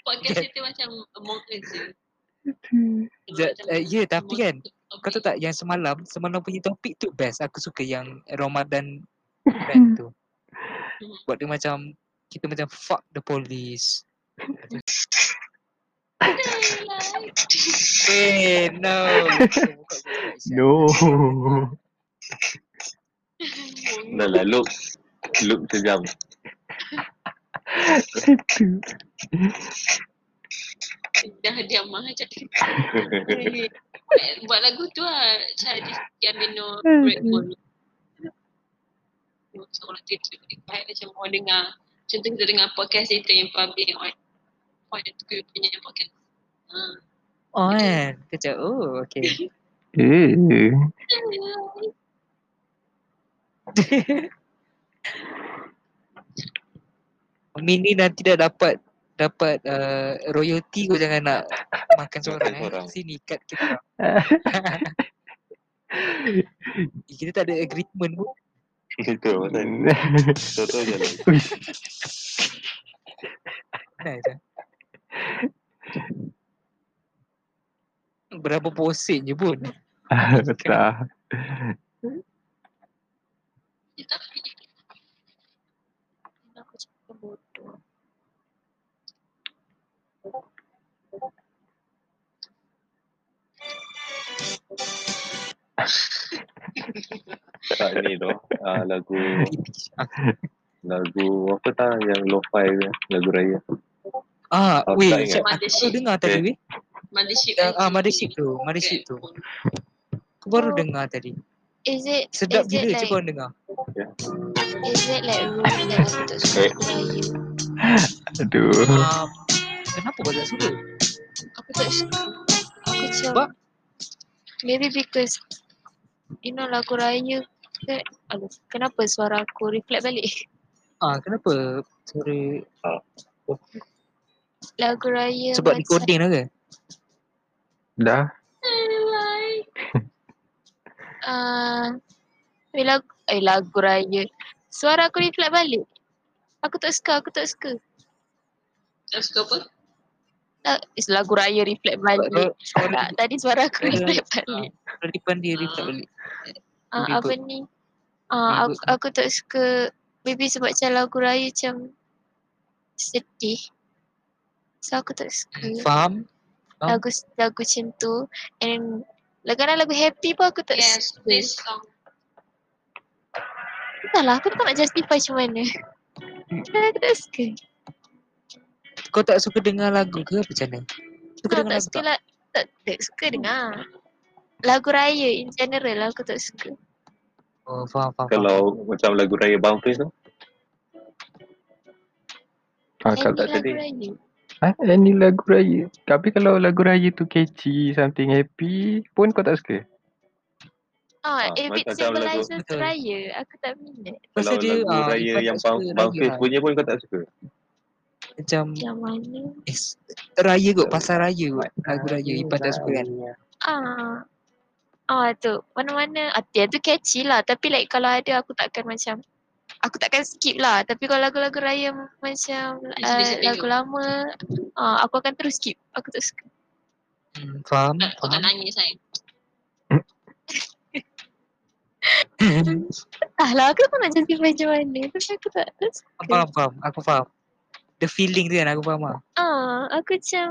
podcast kita macam among us je.
Ja-
Macam
eh, ya, tapi
among
kan,
us
Kau tahu
topic.
tak yang semalam semalam punya topik tu best. Aku suka yang Ramadan event tu. Buat dia macam kita macam fuck the police.
lah.
Weh, Eh, no.
No.
Dah lah, look. Look sejam.
Aduh.
Dah diam lah, mah jadi Eh, buat lagu tu lah cari Yamino Red Bull. Seorang tu baik lah, macam orang dengar. Macam tu kita dengar podcast kita yang public on on the tu punya podcast. Ah.
Oh kan. Kejap. Oh, okay.
Eh.
Amin ni nanti dah dapat dapat uh, royalty kau jangan nak makan seorang eh.
seorang.
Sini kat kita. Eh, kita tak ada agreement pun.
Itu pasal. Contoh je lah.
Uish.
Nice lah. Berapa posen je pun.
Ah, tak.
Aku cakap bodoh.
Tak ni tu. Ah, lagu
Ah,
lagu apa tak yang lo-fi tu. Lagu raya.
Ah,
Aku
weh,
tak
Syed,
ingat.
aku baru
Mothership.
dengar tadi
Okay.
weh.
Mothership.
Yang, ah,
IG.
Mothership tu, Mothership tu. Aku baru
Oh.
dengar tadi.
Is it
Sedap
is
gila
it
je
like
kau dengar.
is it like rules that untuk
Eh.
surat raya?
Aduh.
Um, kenapa kau tak suka?
Aku tak suka. Aku
Sebab?
macam maybe because you know lagu raya ke aduh, kenapa suara aku reflect balik?
Ah, kenapa? Suara
Lagu raya
sebab
macam-
recording lah ke?
Dah.
Ah, eh, lagu, eh, lagu raya. Suara aku reflect balik. Aku tak suka, aku tak suka.
Tak suka apa?
Tak, eh, lagu raya reflect
Sebab
balik.
kau- suara
Tak, tadi suara aku
Suara-
reflect balik.
suara depan dia reflect balik.
Ah,
ribut.
apa ni? Ah,
Ribut.
aku, aku tak suka. Maybe sebab macam lagu raya macam sedih. So aku tak suka.
Faham? faham.
Lagu lagu macam tu. And lagu lagu happy pun aku tak
Yes,
suka.
this song.
Entahlah, aku tak nak justify macam mana.
Hmm.
Kenapa aku tak suka?
Kau tak suka dengar lagu ke macam mana? Suka
Kau
dengar
tak
lagu
suka
tak?
lah. Tak, tak suka dengar. Lagu raya in general lah aku tak suka.
Oh faham faham. faham.
Kalau macam lagu raya bounce tu,
Ah,
Yang ni
kalau tak
lagu
sedih.
raya.
Ha? Yang ni lagu raya. Tapi kalau lagu raya tu catchy, something happy pun kau tak suka?
Ah,
Ah,
if it
macam lagu-
symbolizes
Betul.
raya, aku tak minat.
Pasal
kalau
dia,
lagu
ah,
raya
kau tak
yang
suka
bounce,
lagi
bounce
lah.
punya pun kau tak suka.
Macam
Yang mana?
eh, s- raya kot, pasar raya kot. Lagu raya Ipan tak suka kan.
Ah. Ah tu, mana-mana. Ah, dia tu catchy lah. Tapi like kalau ada aku takkan macam aku takkan skip lah. Tapi kalau lagu-lagu raya macam uh,
Sedih-sedih
lagu
tu.
lama, ah aku akan terus skip. Aku tak suka.
Hmm, faham,
Tak, kau tak
faham.
nangis kan?
Ah lah, aku tak nak justify macam mana. Tapi aku tak, tak suka.
faham, faham. Aku faham. The feeling tu kan aku faham lah.
Ah, aku macam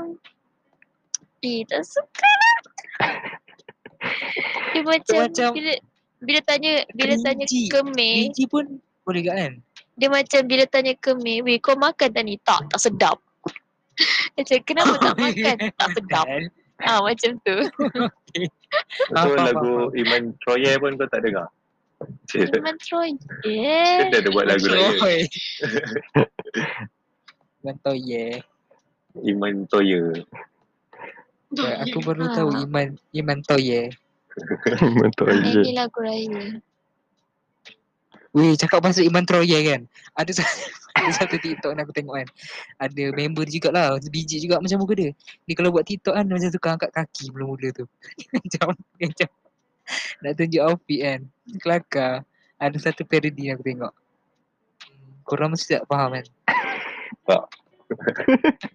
Eh, tak suka lah. Dia macam,
macam
bila, bila tanya bila tanya
cringy.
kemih,
Gigi pun boleh kat kan?
dia macam bila tanya kemih, weh kau makan tak ni? Tak, tak sedap. macam kenapa tak makan? Tak
Eh,
sedap. Ah macam tu.
So
Ah, Faham,
lagu
faham,
Iman Troye pun kau tak dengar. Dia
Iman Troy. Yeah.
dah ada buat lagu raya.
Oi. Gantau ye.
Iman Troye.
Ya, Aku baru tahu
Ah.
Iman Iman Toye.
Mentor je.
Ini lagu raya.
Weh, cakap pasal Iman Troye kan. Ada satu, ada satu TikTok yang aku tengok kan. Ada member jugalah, biji juga macam muka dia. Dia kalau buat TikTok kan macam tukang angkat kaki mula-mula tu. macam macam nak tunjuk outfit kan. Kelakar. Ada satu parody yang aku tengok. Hmm, Korang mesti tak faham kan.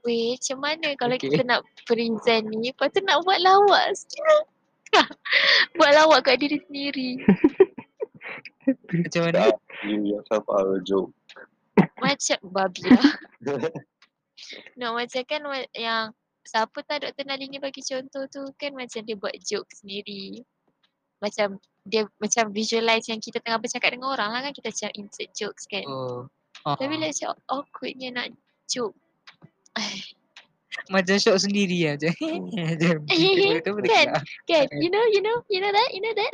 Weh, macam mana kalau
Okay.
okay. kita nak present ni, lepas tu nak buat lawak sikit. lah. buat lawak kat diri sendiri.
Macam mana?
Tak. You yourself are a joke.
Macam babi lah. No macam kan wa- yang siapa tak Dr. Nalini bagi contoh tu kan macam dia buat joke sendiri. Macam dia macam visualize yang kita tengah bercakap dengan orang lah kan kita macam insert jokes kan.
Oh. Ah.
Tapi like macam awkwardnya nak joke.
macam shock sendiri lah macam. macam kita boleh tu boleh
Kan?
gelak.
Kan you know you know you know that you know that.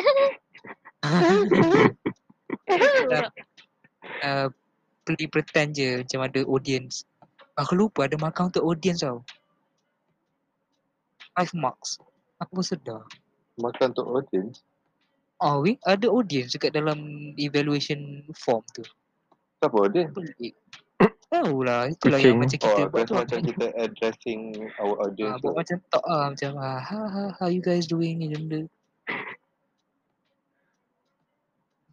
Borak.
uh, play pretend je macam ada audience. Aku lupa ada markah untuk audience tau. Five marks. Aku pun sedar.
Makan untuk audience.
Oh, we ada audience dekat dalam evaluation form tu.
Siapa audience?
Pelik. Tahu lah, itulah yang
Kucing.
macam kita
Oh,
buat
that's
tu.
macam kita addressing our
Ah,
audience.
buat
lah.
macam talk lah, macam ah, ha, ha, how you guys doing ni benda.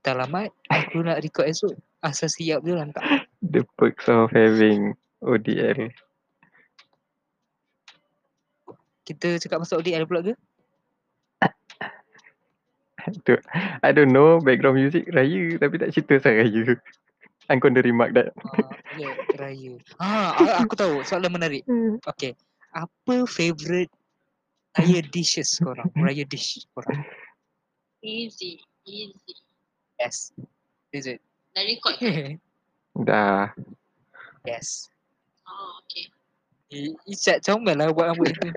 Entahlah Mat, aku nak record esok. Asal siap je lah tak.
The perks of having ODL.
Kita cakap pasal ODL pula ke?
Tu. I don't know background music raya tapi tak cerita pasal raya. I'm gonna remark that.
Ah, ya, raya. Ah, a- aku tahu. Soalan menarik. Okay. Apa favourite raya dishes korang? Raya dish korang.
Easy. Easy.
Yes. Is it?
Dah record tu?
Dah.
yes.
Oh, okay.
I- Isyad comel lah buat rambut itu.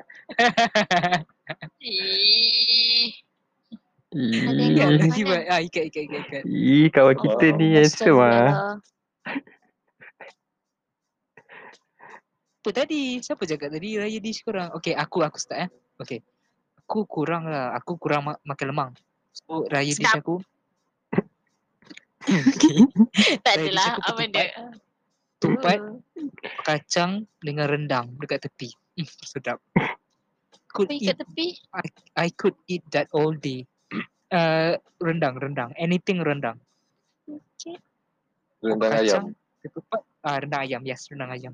Eh,
Ikat
Tengok
Ih,
mana?
lagi buat. Ah, ikat, ikat, ikat, ikat.
Ih, kawan kita
Oh,
ni handsome ah.
Masya-Allah.
Apa tadi? Siapa cakap tadi raya dish korang? Okay, aku, aku start eh. Okay. Aku kurang lah. Aku kurang ma- makan lemang. So, raya dish
Sedap.
aku. okay.
Tak
Saya
adalah
disebut
apa benda.
Tumpat, kacang dengan rendang dekat tepi. Mm, sedap. Could
Pergi
eat
kat tepi.
I could eat that all day. Uh, rendang, rendang. Anything rendang.
Rendang ayam.
Kacang, ketupat, ah, rendang ayam. Yes, rendang ayam.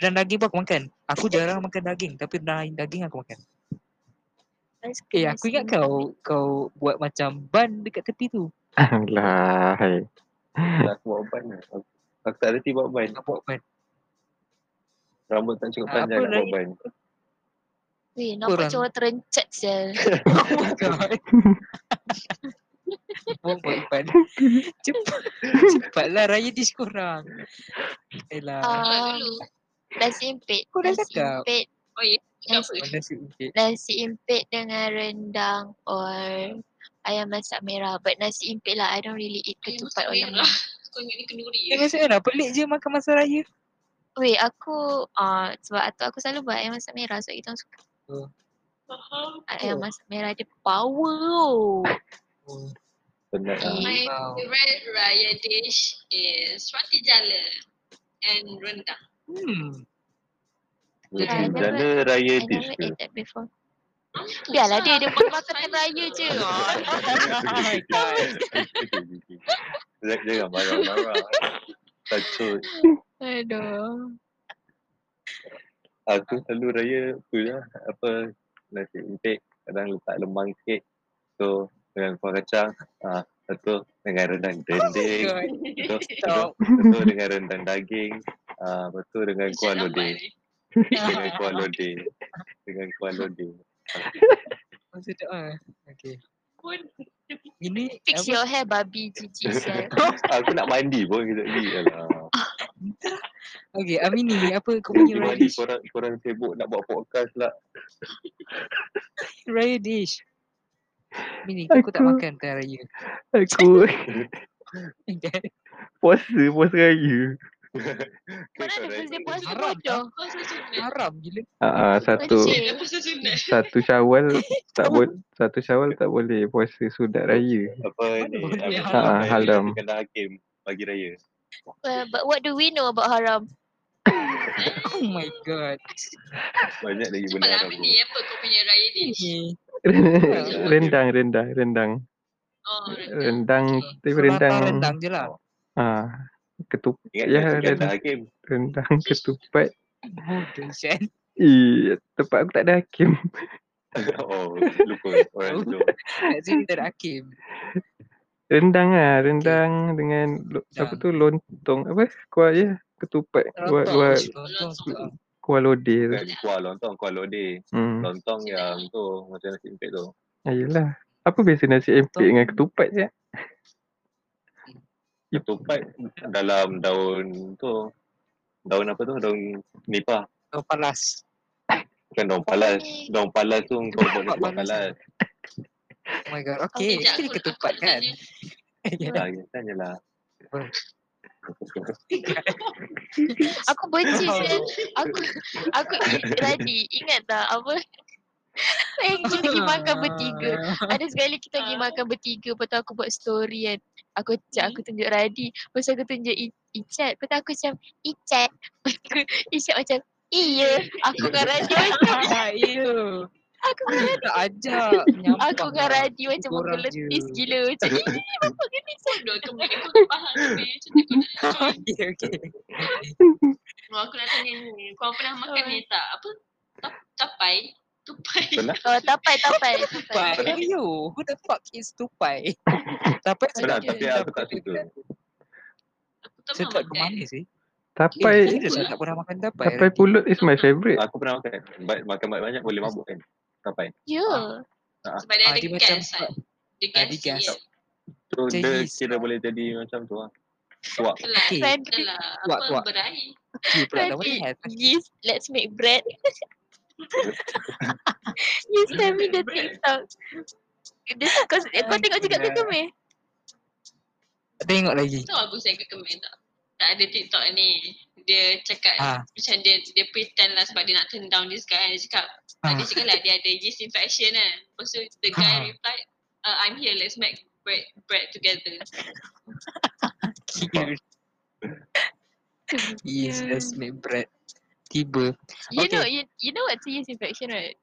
Rendang daging pun aku makan. Aku jarang makan daging tapi rendang daging aku makan. Eh, aku ingat kau kau buat macam ban dekat tepi tu.
Alah. Lah, hai.
Dah aku buat ban lah. Aku, aku tak reti buat ban.
Nak buat ban.
Rambut tak cukup
Ah, apa
panjang nak buat
lagi?
ban.
Weh, nampak
Orang.
macam orang terencat sel.
Oh my god. 4.4 Cepat Cepatlah raya di sekorang Elah
Ah.
dulu.
Nasi impit.
Kau dah
nasi
cakap.
impit.
Oh, ya.
Nasi,
uh, Nasi impit
nasi impit dengan rendang or ayam masak merah. But nasi impit lah. I don't really eat ketupat or lemang.
Kau lah. ingat ni kenduri ya?
Dia rasa kan pelik je makan masa raya
Weh aku uh, sebab atuk aku selalu buat ayam masak merah. So kita orang suka
Faham.
Oh.
ayam masak merah. Dia power tau.
oh.
Penat lah.
Eh.
My
Wow.
favorite raya dish is roti jala and rendang.
Hmm
Roti
I never-
jala raya
Eh, I
dish
never
ke?
ate that before.
Mampus
Biarlah
lah.
dia, dia buat makanan raya je. Ah.
my God.
Jangan jangan marah-marah. Takut.
Aduh.
Aku selalu raya tu lah. Apa, nasi impik. Kadang letak lemang sikit. So, dengan kuah kacang. Ah, satu dengan rendang dendeng.
Oh God
Betul, betul.
Stop
Betul dengan rendang daging. Ah, betul dengan
Macam
kuah
nampak
lodeh.
ni.
Dengan kuah lodeh. Dengan kuah lodeh.
Oh, sedap lah Okay
Pun
Ini
Fix
apa?
ya. your hair babi Gigi sial.
Aku nak mandi pun kejap ni. Alah.
Okay Amini Apa kau
Pergi
punya raya
mandi
dish
korang, korang sibuk nak buat podcast lah.
Raya dish Amini kau, kau tak
Aku-
makan tak raya
Aku
Kan?
puasa, puasa raya.
Mana ada first day puasa
Haram
bodoh.
kau sesunat.
Haram gila
Ah, ah, satu
Wajib.
Kenapa sesunat?
satu Syawal tak boleh satu Syawal tak boleh puasa sunat raya.
Apa
Mana
ni?
boleh
Amir
haram?
Haram
Ah,
raya
haram.
Kena hakim pagi raya.
Well, but what do we know about haram?
Oh my god
Banyak lagi benda
Cepatlah
haram.
apa ni? Apa kau punya raya dish?
Ini
rendang, rendang, rendang.
Oh, rendang.
Rendang, tapi rendang.
Selatan rendang je lah
Ah, ketup
Ingat
Ya,
ya,
Ren.
kena hakim.
rendang ketupat.
Bodoh Syed
Eh, tempat aku tak ada hakim.
oh, lupa. Orang
Tahu.
tu.
Kat sini tak ada hakim
Rendang ah, rendang dengan lo, apa
Rendang.
tu lontong apa? Kuah ya, ketupat. Kuah
Lontong
kuah,
Lontong sedap lah.
kuah lodeh tu.
Bukan kuah lontong, kuah lodeh.
Hmm.
Lontong yang tu macam nasi impik tu.
Ayolah. Apa beza nasi empik
Lontong.
dengan ketupat ya? je? Ya.
Ketupat dalam daun tu. Daun apa tu? Daun nipah.
Lontong palas
Bukan daun palas.
Ni-
Daun palas tu kau buat
Daun
ketupat
palas.
palas.
Oh my god Okay
Sekejap,
Itu
aku-
ketupat
aku
kan
tanya.
Ya.
Dah, ingatkan je lah.
Aku benci sial.
Oh.
Aku aku eat tadi. Ingat tak apa? Yang kita eh. pergi makan bertiga.
Ya.
Ada sekali kita pergi
Ah.
makan bertiga. Lepas tu aku buat story kan. Aku cak, aku tunjuk Radi. Lepas tu aku tunjuk I- Icat. Lepas tu aku macam, Icat. Lepas tu Icat macam, iya. Aku dengan Radi macam,
Ayo
aku dengan
Tak ajak Nyampang
Aku dengan
lah.
Radi macam
Tiga orang
menggeletis
je.
gila macam ni bapak kena saya.
Bodoh ke mana kau tak faham ni macam mana kau nak
Okay okay
Oh, aku nak tanya ni. Kau pernah makan
Oh.
ni tak? Apa? Tap, tapai? Tupai?
Pernah?
Oh tapai tapai.
Tupai
Pernah-
Ayo Who the fuck is Tupai Tupai sedap
Pernah tapi
je.
aku tak suka.
Aku tak pernah
Sedap ke
makan.
mana sih Eh
Tapai
serius aku tak pernah makan tapai
tapai
Rati.
pulut is my favourite.
Aku pernah makan. But makan banyak boleh mabuk kan. Sampai.
Ya.
Sebab dia
Ah,
ada
dia macam
gas kan. Dia
Ah, dia
gas
gas.
sikit.
So dia
Jenis.
kira boleh jadi macam tu lah. Kuak.
Kelas.
Okay.
Friend
Dah lah.
Kuak,
Apa
kuak.
berai?
Okay pula nama
Radi
dia
yes let's make bread. you send me the TikTok. Dia, kau, eh, kau tengok juga ke kami?
Tengok lagi
Tahu aku saya kekemen tak? Tak ada TikTok ni. Dia cakap
Ah.
macam dia dia pretend lah sebab dia nak turn down this guy. Dia cakap, ah. dia cakap lah dia ada yeast infection kan. Lepas tu the guy
Ah.
replied, uh, I'm here, let's make bread bread together.
Kira Yes let's make bread Tiba
You
Okay.
know you, you know what's a yeast infection right?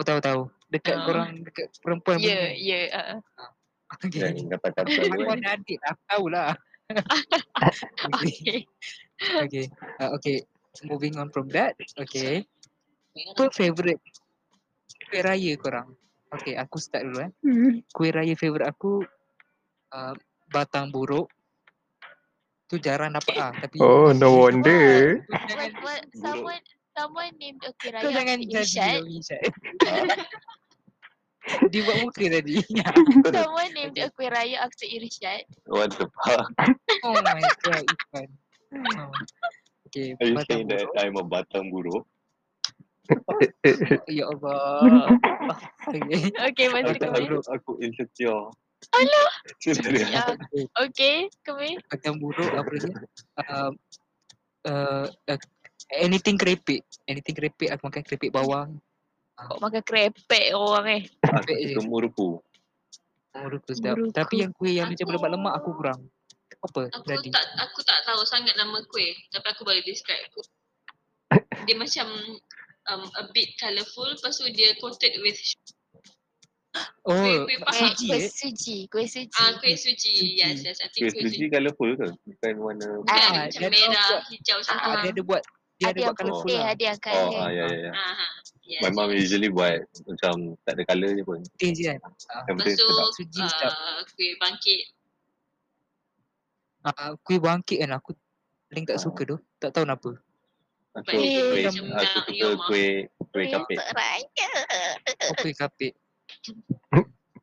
Oh tahu tahu Dekat
Ah.
korang Dekat perempuan
Ya ya. ah.
Okay.
Yang dapat tapai tu
Aku
kan.
ada adik Aku tahulah Okay
Okay.
Okay Ah, Okay Moving on from that Okay Apa favourite Kuih raya korang Okay aku start dulu eh Kuih raya favourite aku uh, Batang buruk Tu jarang dapat ah Tapi
Oh, no
Tu
wonder.
jangan
What, what, someone someone named okay
Kau
Raya
jangan
after
jadi
Irsyad.
Irsyad Dia buat muka tadi.
Kau dah-
Someone named a kuih raya after Irsyad.
What the fuck?
Oh my god, Ifan. Oh. Okay,
Are you
batang
saying that
buruk.
I'm a batang buruk?
Ya Allah. okay.
Okay,
Aku
masa
tak
kami.
buruk, aku insecure.
Alah.
Serius.
Ya. Okay, kami.
Batang buruk apa dia? Um, uh, uh, anything keripik. Anything keripik, aku makan keripik bawang.
Kau makan krepek orang eh.
Aku suka murupu.
Muruku sedap.
Muruku.
Tapi yang kuih yang macam
Aku-
lemak-lemak aku kurang. Apa
Aku
tadi?
tak aku tak tahu sangat nama kuih tapi aku boleh describe aku. Dia macam um, a bit colourful lepas tu dia coated with
Oh,
kuih- kuih
Eh,
Ah,
suji eh?
kuih suji. Kuih suji.
ah kuih suji.
Suji.
Yes, yes. I think
Kuih
kuih
suji
suji.
colourful ke? Bukan warna
Bukan
Ah,
macam
dia ada
merah,
buat-
hijau
Dia
Ah,
sama.
ada buat dia ada
Ada
buat
yang
colourful
putih,
lah.
ada yang
Oh, ah,
colour.
ya, ya, ya.
Ah, ha. yes.
My mum usually buat macam tak ada colour je pun.
Putih je kan.
Yang
Lepas
penting
tu
sedap.
Suji sedap.
uh, kuih bangkit.
Ah, ah, kuih bangkit kan aku paling tak
Ah.
suka tu. Tak tahu kenapa.
Aku
Baik,
suka kuih,
macam
aku
nak
suka
your mum.
kuih, kuih kapit.
Esok raya.
Oh, kuih kapit.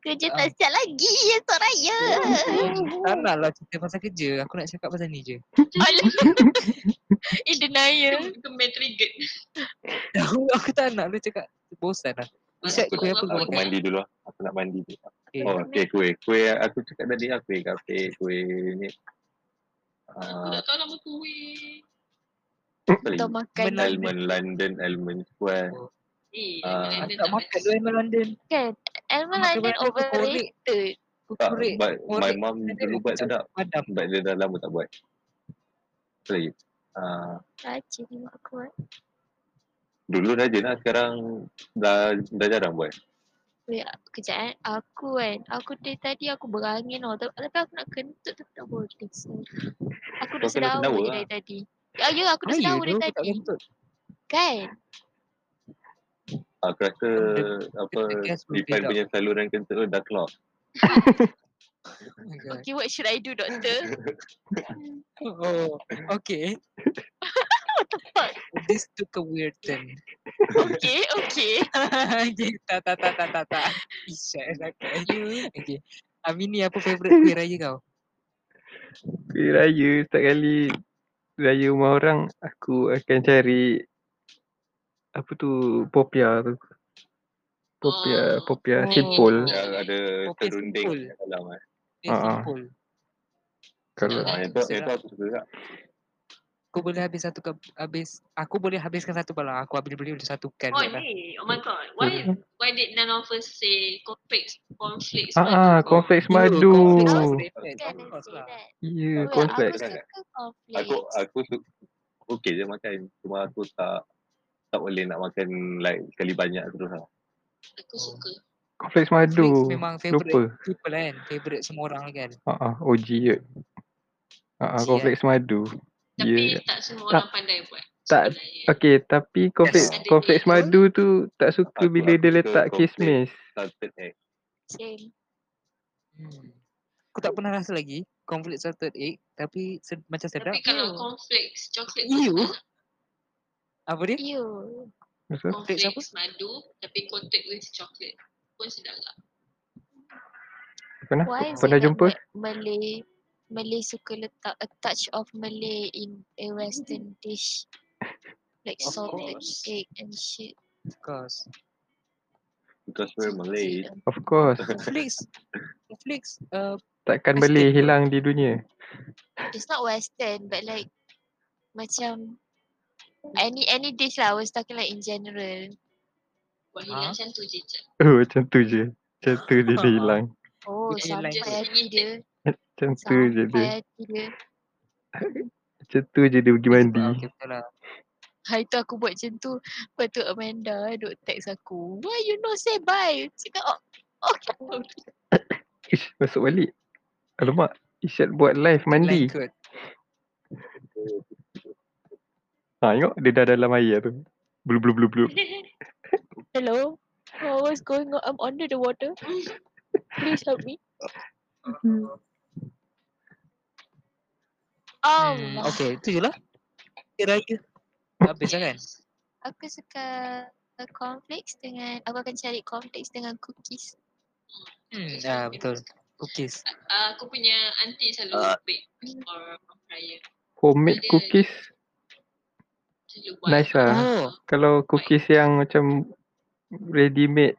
Kerja
Ah.
tak siap lagi esok raya.
Tak nak lah cerita pasal kerja. Aku nak cakap pasal ni je.
Alah. In denial.
Gemar trigger.
Aku, aku tak nak lu cakap bosan lah. Ustaz,
Aku,
kuih apa kau
aku
makan?
mandi dulu lah. Aku nak mandi dulu.
Okay.
Oh, okay, kuih. Kuih, aku cakap tadi lah kuih kapit, kuih ni.
Aku tak
Ah,
tahu nama kuih.
sorry.
Kau makan
Benar.
Almond London, Almond Square.
Eh,
Aku
Ah,
London
tak makan lah. tu Elma London.
kan. Elmer
Makan
London
banyak tu korek.
overrated.
Tak,
Kukurik.
but my
Korek.
mum dulu buat sedap.
Padam.
But dia dah lama tak buat. Apa lagi? Ah,
Rajin ni mak aku buat.
Dulu rajin lah sekarang dah dah jarang buat.
Wait, kejap eh. Aku kan. Aku dari tadi aku berangin tau. Tapi tapi aku nak kentut tapi tak boleh. Aku
Kau
dah
kena
sedawa
sendawa
je
lah.
dari tadi. Ya, ya aku dah
Ah, ya
sedawa
tu
dari
aku tak
tadi.
kentut.
Kan?
Ah, Aku rasa
Benda-
apa
benda gas boleh
Ifan
tak?
punya saluran kentut tu dah clog.
Oh my God.
Okay, what should I do, doctor?
Oh, okay.
fuck?
This took a weird turn.
okay, okay.
okay, tak, tak, tak, tak, tak, tak. Isyad, okay. Okay. Amin ni apa favourite kuih raya kau?
Kuih raya setiap kali raya rumah orang aku akan cari apa tu popia tu.
Oh.
Popia,
Oh.
popia sipol.
Yang ada
Kopi
serunding
sipul.
kat dalam eh.
Eh,
Ah, ah.
simpul.
Kalau
Ah, yang tu, yang tu aku suka juga.
Aku boleh habis satu ke, habis aku boleh habiskan satu balang. Aku habis beli boleh satukan.
Oh,
je lah.
ni. Oh my god. Why why did none of us say conflicts conflicts? madu?
ah ah cornflakes
Ya,
madu.
cornflakes
Oh.
is favorite.
Kan,
Of
I
course
say
lah.
that.
Ya,
Well, aku
cornflakes.
suka cornflakes.
Aku ah. aku suka okey je makan. Cuma aku tak tak boleh nak makan like sekali banyak terus lah.
Aku suka.
Cornflakes
Cornflakes
madu.
memang
Lupa.
favourite people kan. Favourite semua orang kan.
Ah ah, OG je. Ah ah,
OG,
cornflakes madu.
Tapi
Ya.
tak semua orang pandai buat. lah, ya.
tak-
sebenarnya.
Okey, tapi cornflakes
Yes.
cornflakes
Ada
madu tu tak suka
Aku-
bila
aku
dia
suka
letak
cornflakes.
kismis.
Salted egg.
Same.
Hmm. Aku tak pernah rasa lagi cornflakes salted egg tapi se- macam sedap. Hmm.
Tapi kalau
Ew.
conflicts chocolate
Ew.
tu
Apa dia?
Ew.
Maksud?
Cornflakes apa?
conflicts madu tapi coated with chocolate pun sedap lah. tak?
Pernah?
Why is
Pernah
it
jumpa?
that Ma- Malay Malay suka letak a touch of Malay in a western dish? Like
Of
salt and
course.
egg and shit.
Of course.
Because we're Malay.
Of course.
Cornflakes. Cornflakes. Uh,
Takkan
Biscuit
boleh
tu.
hilang di dunia.
It's not western but like macam any any dish lah. I was talking like in general.
Buat hilang
Ha?
macam tu je Jad.
Oh, macam tu je. Macam tu je dia hilang.
Oh,
Dia hilang
sampai
je.
hati dia.
Macam tu je
Sampai
dia.
hati dia.
Macam tu je dia pergi mandi.
Ah, Okay, betul lah.
Hari tu aku buat macam tu. Lepas tu Amanda duk text aku. Why you no say bye? Cakap oh, okay. okay.
Ish, masuk balik. Alamak. Isyad buat live mandi.
Langkut.
Ha, tengok dia dah dalam air tu. Blub blub blub blub.
Hello. Oh, what's going on? I'm under the water. Please help me. Mm-hmm. Oh,
Hmm, okay, itu je lah. Kuih Raya. Habis lah kan?
Yes.
aku suka uh, cornflakes dengan aku akan cari cornflakes dengan cookies.
Hmm, ah, betul. Cookies.
Uh, aku punya aunty selalu
Ah.
bake for raya.
Homemade
Ada-
cookies.
Selalu
Nice lah.
Oh.
Kalau cookies yang macam ready made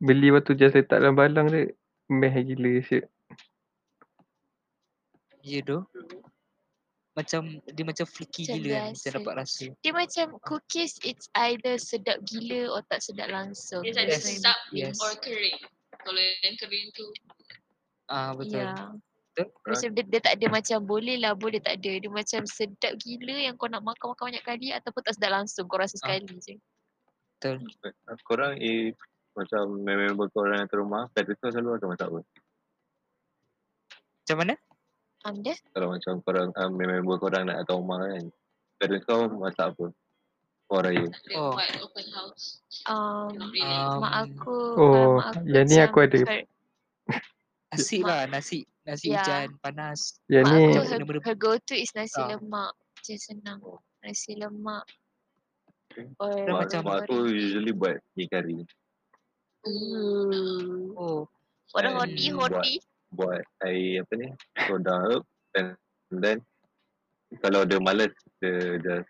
beli lepas tu just letak dalam balang dia meh gila siap.
Ya doh. Macam dia macam flaky
Macam
gila kan. Macam
biasa.
dapat rasa.
Dia macam cookies it's either sedap gila or tak sedap langsung. Ya.
Dia ada
Oh, Yes.
sedap
Yes.
or kering. Kalau yang kering tu
Ah betul.
Ya.
Betul?
Macam dia, dia tak ada macam boleh lah, boleh tak ada. Dia macam sedap gila yang kau nak makan-makan banyak kali ataupun tak sedap langsung. Kau rasa
Ah.
sekali je.
Betul.
Korang if macam member korang yang terumah, Patterson selalu akan masak apa?
Macam mana?
Anda?
Kalau macam korang, uh, member korang nak datang rumah kan, Patterson masak apa? Orang raya.
tak ada
Oh.
buat open house. Not
Um,
really.
Um,
mak aku, kalau
Oh,
mak aku
yang ni
macam
aku ada.
her-
Nasi
Ma-
lah. Nasi. Nasi
Ya.
hujan. Panas.
Yang
mak
ni
aku her,
benda-benda-
her go to is nasi
Ah.
lemak. Macam senang. Nasi lemak.
Okay.
Or
Mak-
Mak,
macam
mak aku usually buat hikari.
Mm-hmm.
Ooh.
Oh.
Orang
and
horny
buat-
horny.
Buat air apa ni, soda herb and then kalau dia malas, dia just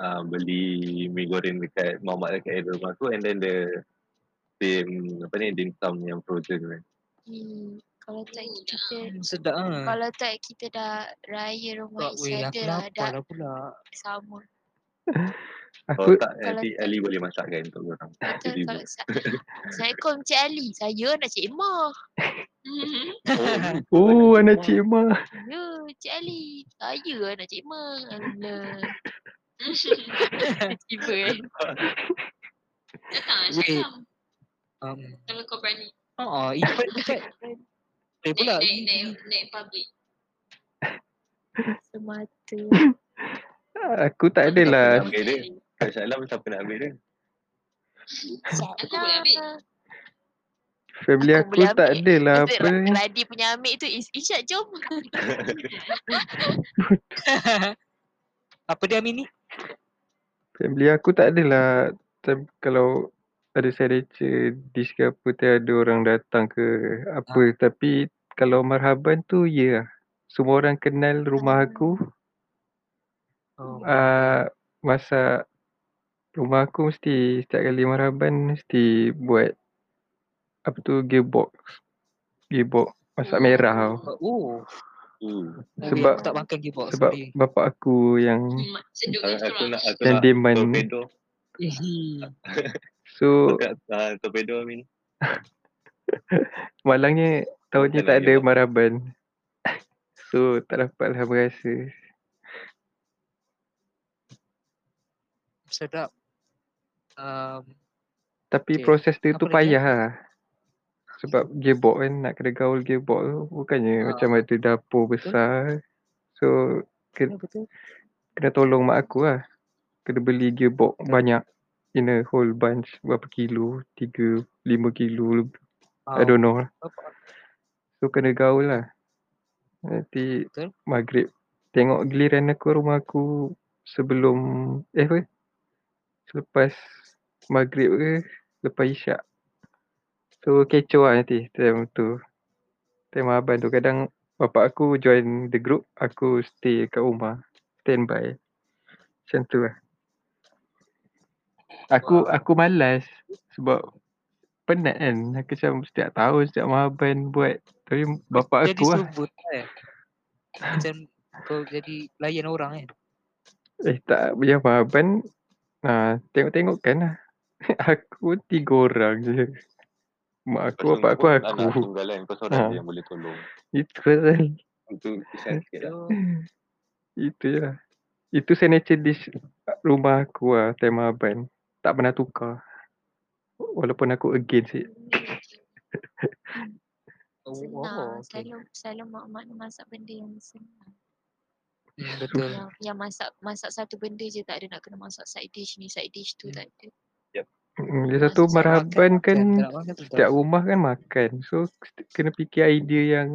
uh, beli mi goreng dekat mamak dekat area rumah aku and then dia dim apa ni dimsum yang frozen kan.
Hmm, Kalau tak
Ooh,
kita
Hmm, sedap ah.
Eh, kalau tak kita dah raya rumah
Tak weh.
Isya
Aku
dah,
lapar
dah
lah pula.
sama.
Kalau
aku
tak nanti
kalau tak-
Ali boleh masakkan untuk orang.
Betul kalau sa- Assalamualaikum Cik Ali. Saya anak Cik Emah.
Mhm.
Oh, anak cik Ma.
Ya, Cik Ali. Saya anak Cik Emah. Alah. Tiba kan.
Datang lah
Wait.
Syam
Um,
Kalau kau berani
oh, even dekat. Boleh pula.
Naik,
Eh,
naik,
pergi-
naik, naik public
Semata.
Aku tak ada lah.
Nak ambil dia. Kat Syaklam siapa nak ambil dia?
Aku boleh ambil.
Family
Aku
aku
boleh
tak
ambil.
ada lah
Lepas tu
apa ni.
Radi punya ambil tu is Isyad jom.
Apa dia Amini?
Family aku tak ada lah. Macam Kalau ada signature dish ke apa tu ada orang datang ke apa.
Ah.
Tapi kalau marhaban tu ya yeah. Semua orang kenal
Ah.
rumah aku.
Oh.
Uh, masak rumah aku mesti setiap kali marhaban mesti buat apa tu gearbox. Gearbox masak merah tau.
Oh.
Hmm.
Sebab
Sebab-
aku tak makan gearbox
Sebab
sorry.
bapak aku yang
Hmm, Seduh
Aku,
kan
aku
korang
nak aku
yang
nak
deman.
torpedo.
Ihi.
So
Aku nak uh, torpedo Amin.
malangnya tahun ni
Bukan
tak
lagi
ada
apa.
maraban. So tak lah, dapatlah berasa.
Sedap. Um,
Tapi
Okay.
okay. proses dia tu
Apa lagi,
payah lah. Sebab gearbox kan nak kena gaul gearbox tu bukannya
Ah.
macam ada dapur besar. So
ya, betul.
kena tolong mak aku lah. Kena beli gearbox
Betul.
banyak. In a whole bunch berapa kilo, 3, 5 kilo lebih.
Um,
I don't know lah.
apa-
So kena gaul lah. Nanti
Betul.
maghrib tengok giliran aku rumah aku sebelum eh apa? Selepas maghrib ke lepas isyak. So kecoh lah nanti time tu. Time abang tu kadang bapak aku join the group, aku stay kat rumah. Standby. Macam tu lah. Aku
Wow.
aku malas sebab penat kan. Aku macam setiap tahun, setiap mahaban buat. Tapi
jadi
bapak aku lah.
serba eh. Macam kau jadi layan orang eh.
Eh tak punya mahaban. Ha, tengok-tengok kan lah. aku tiga orang je. Mak aku,
Kau
bapak aku,
sungguh pun
aku.
Anak tunggalan kau seorang
Ha. Hmm.
je yang boleh tolong.
Itu pasal
Itu kesian sikit lah.
So,
Itu je lah. Itu signature dish rumah aku lah, tema aban. Tak pernah tukar. Walaupun aku against it.
oh,
Senang.
oh, okay.
Selalu selalu mak-mak ni masak benda yang senang.
Hmm, betul.
Yang, yang masak masak satu benda je tak ada nak kena masak side dish ni, side dish
Hmm.
tu tak ada.
Mm, Dia satu
Maksud saya
marhaban
Makan, tak
kan
nak makan tu tak.
setiap rumah kan makan. So kena fikir idea yang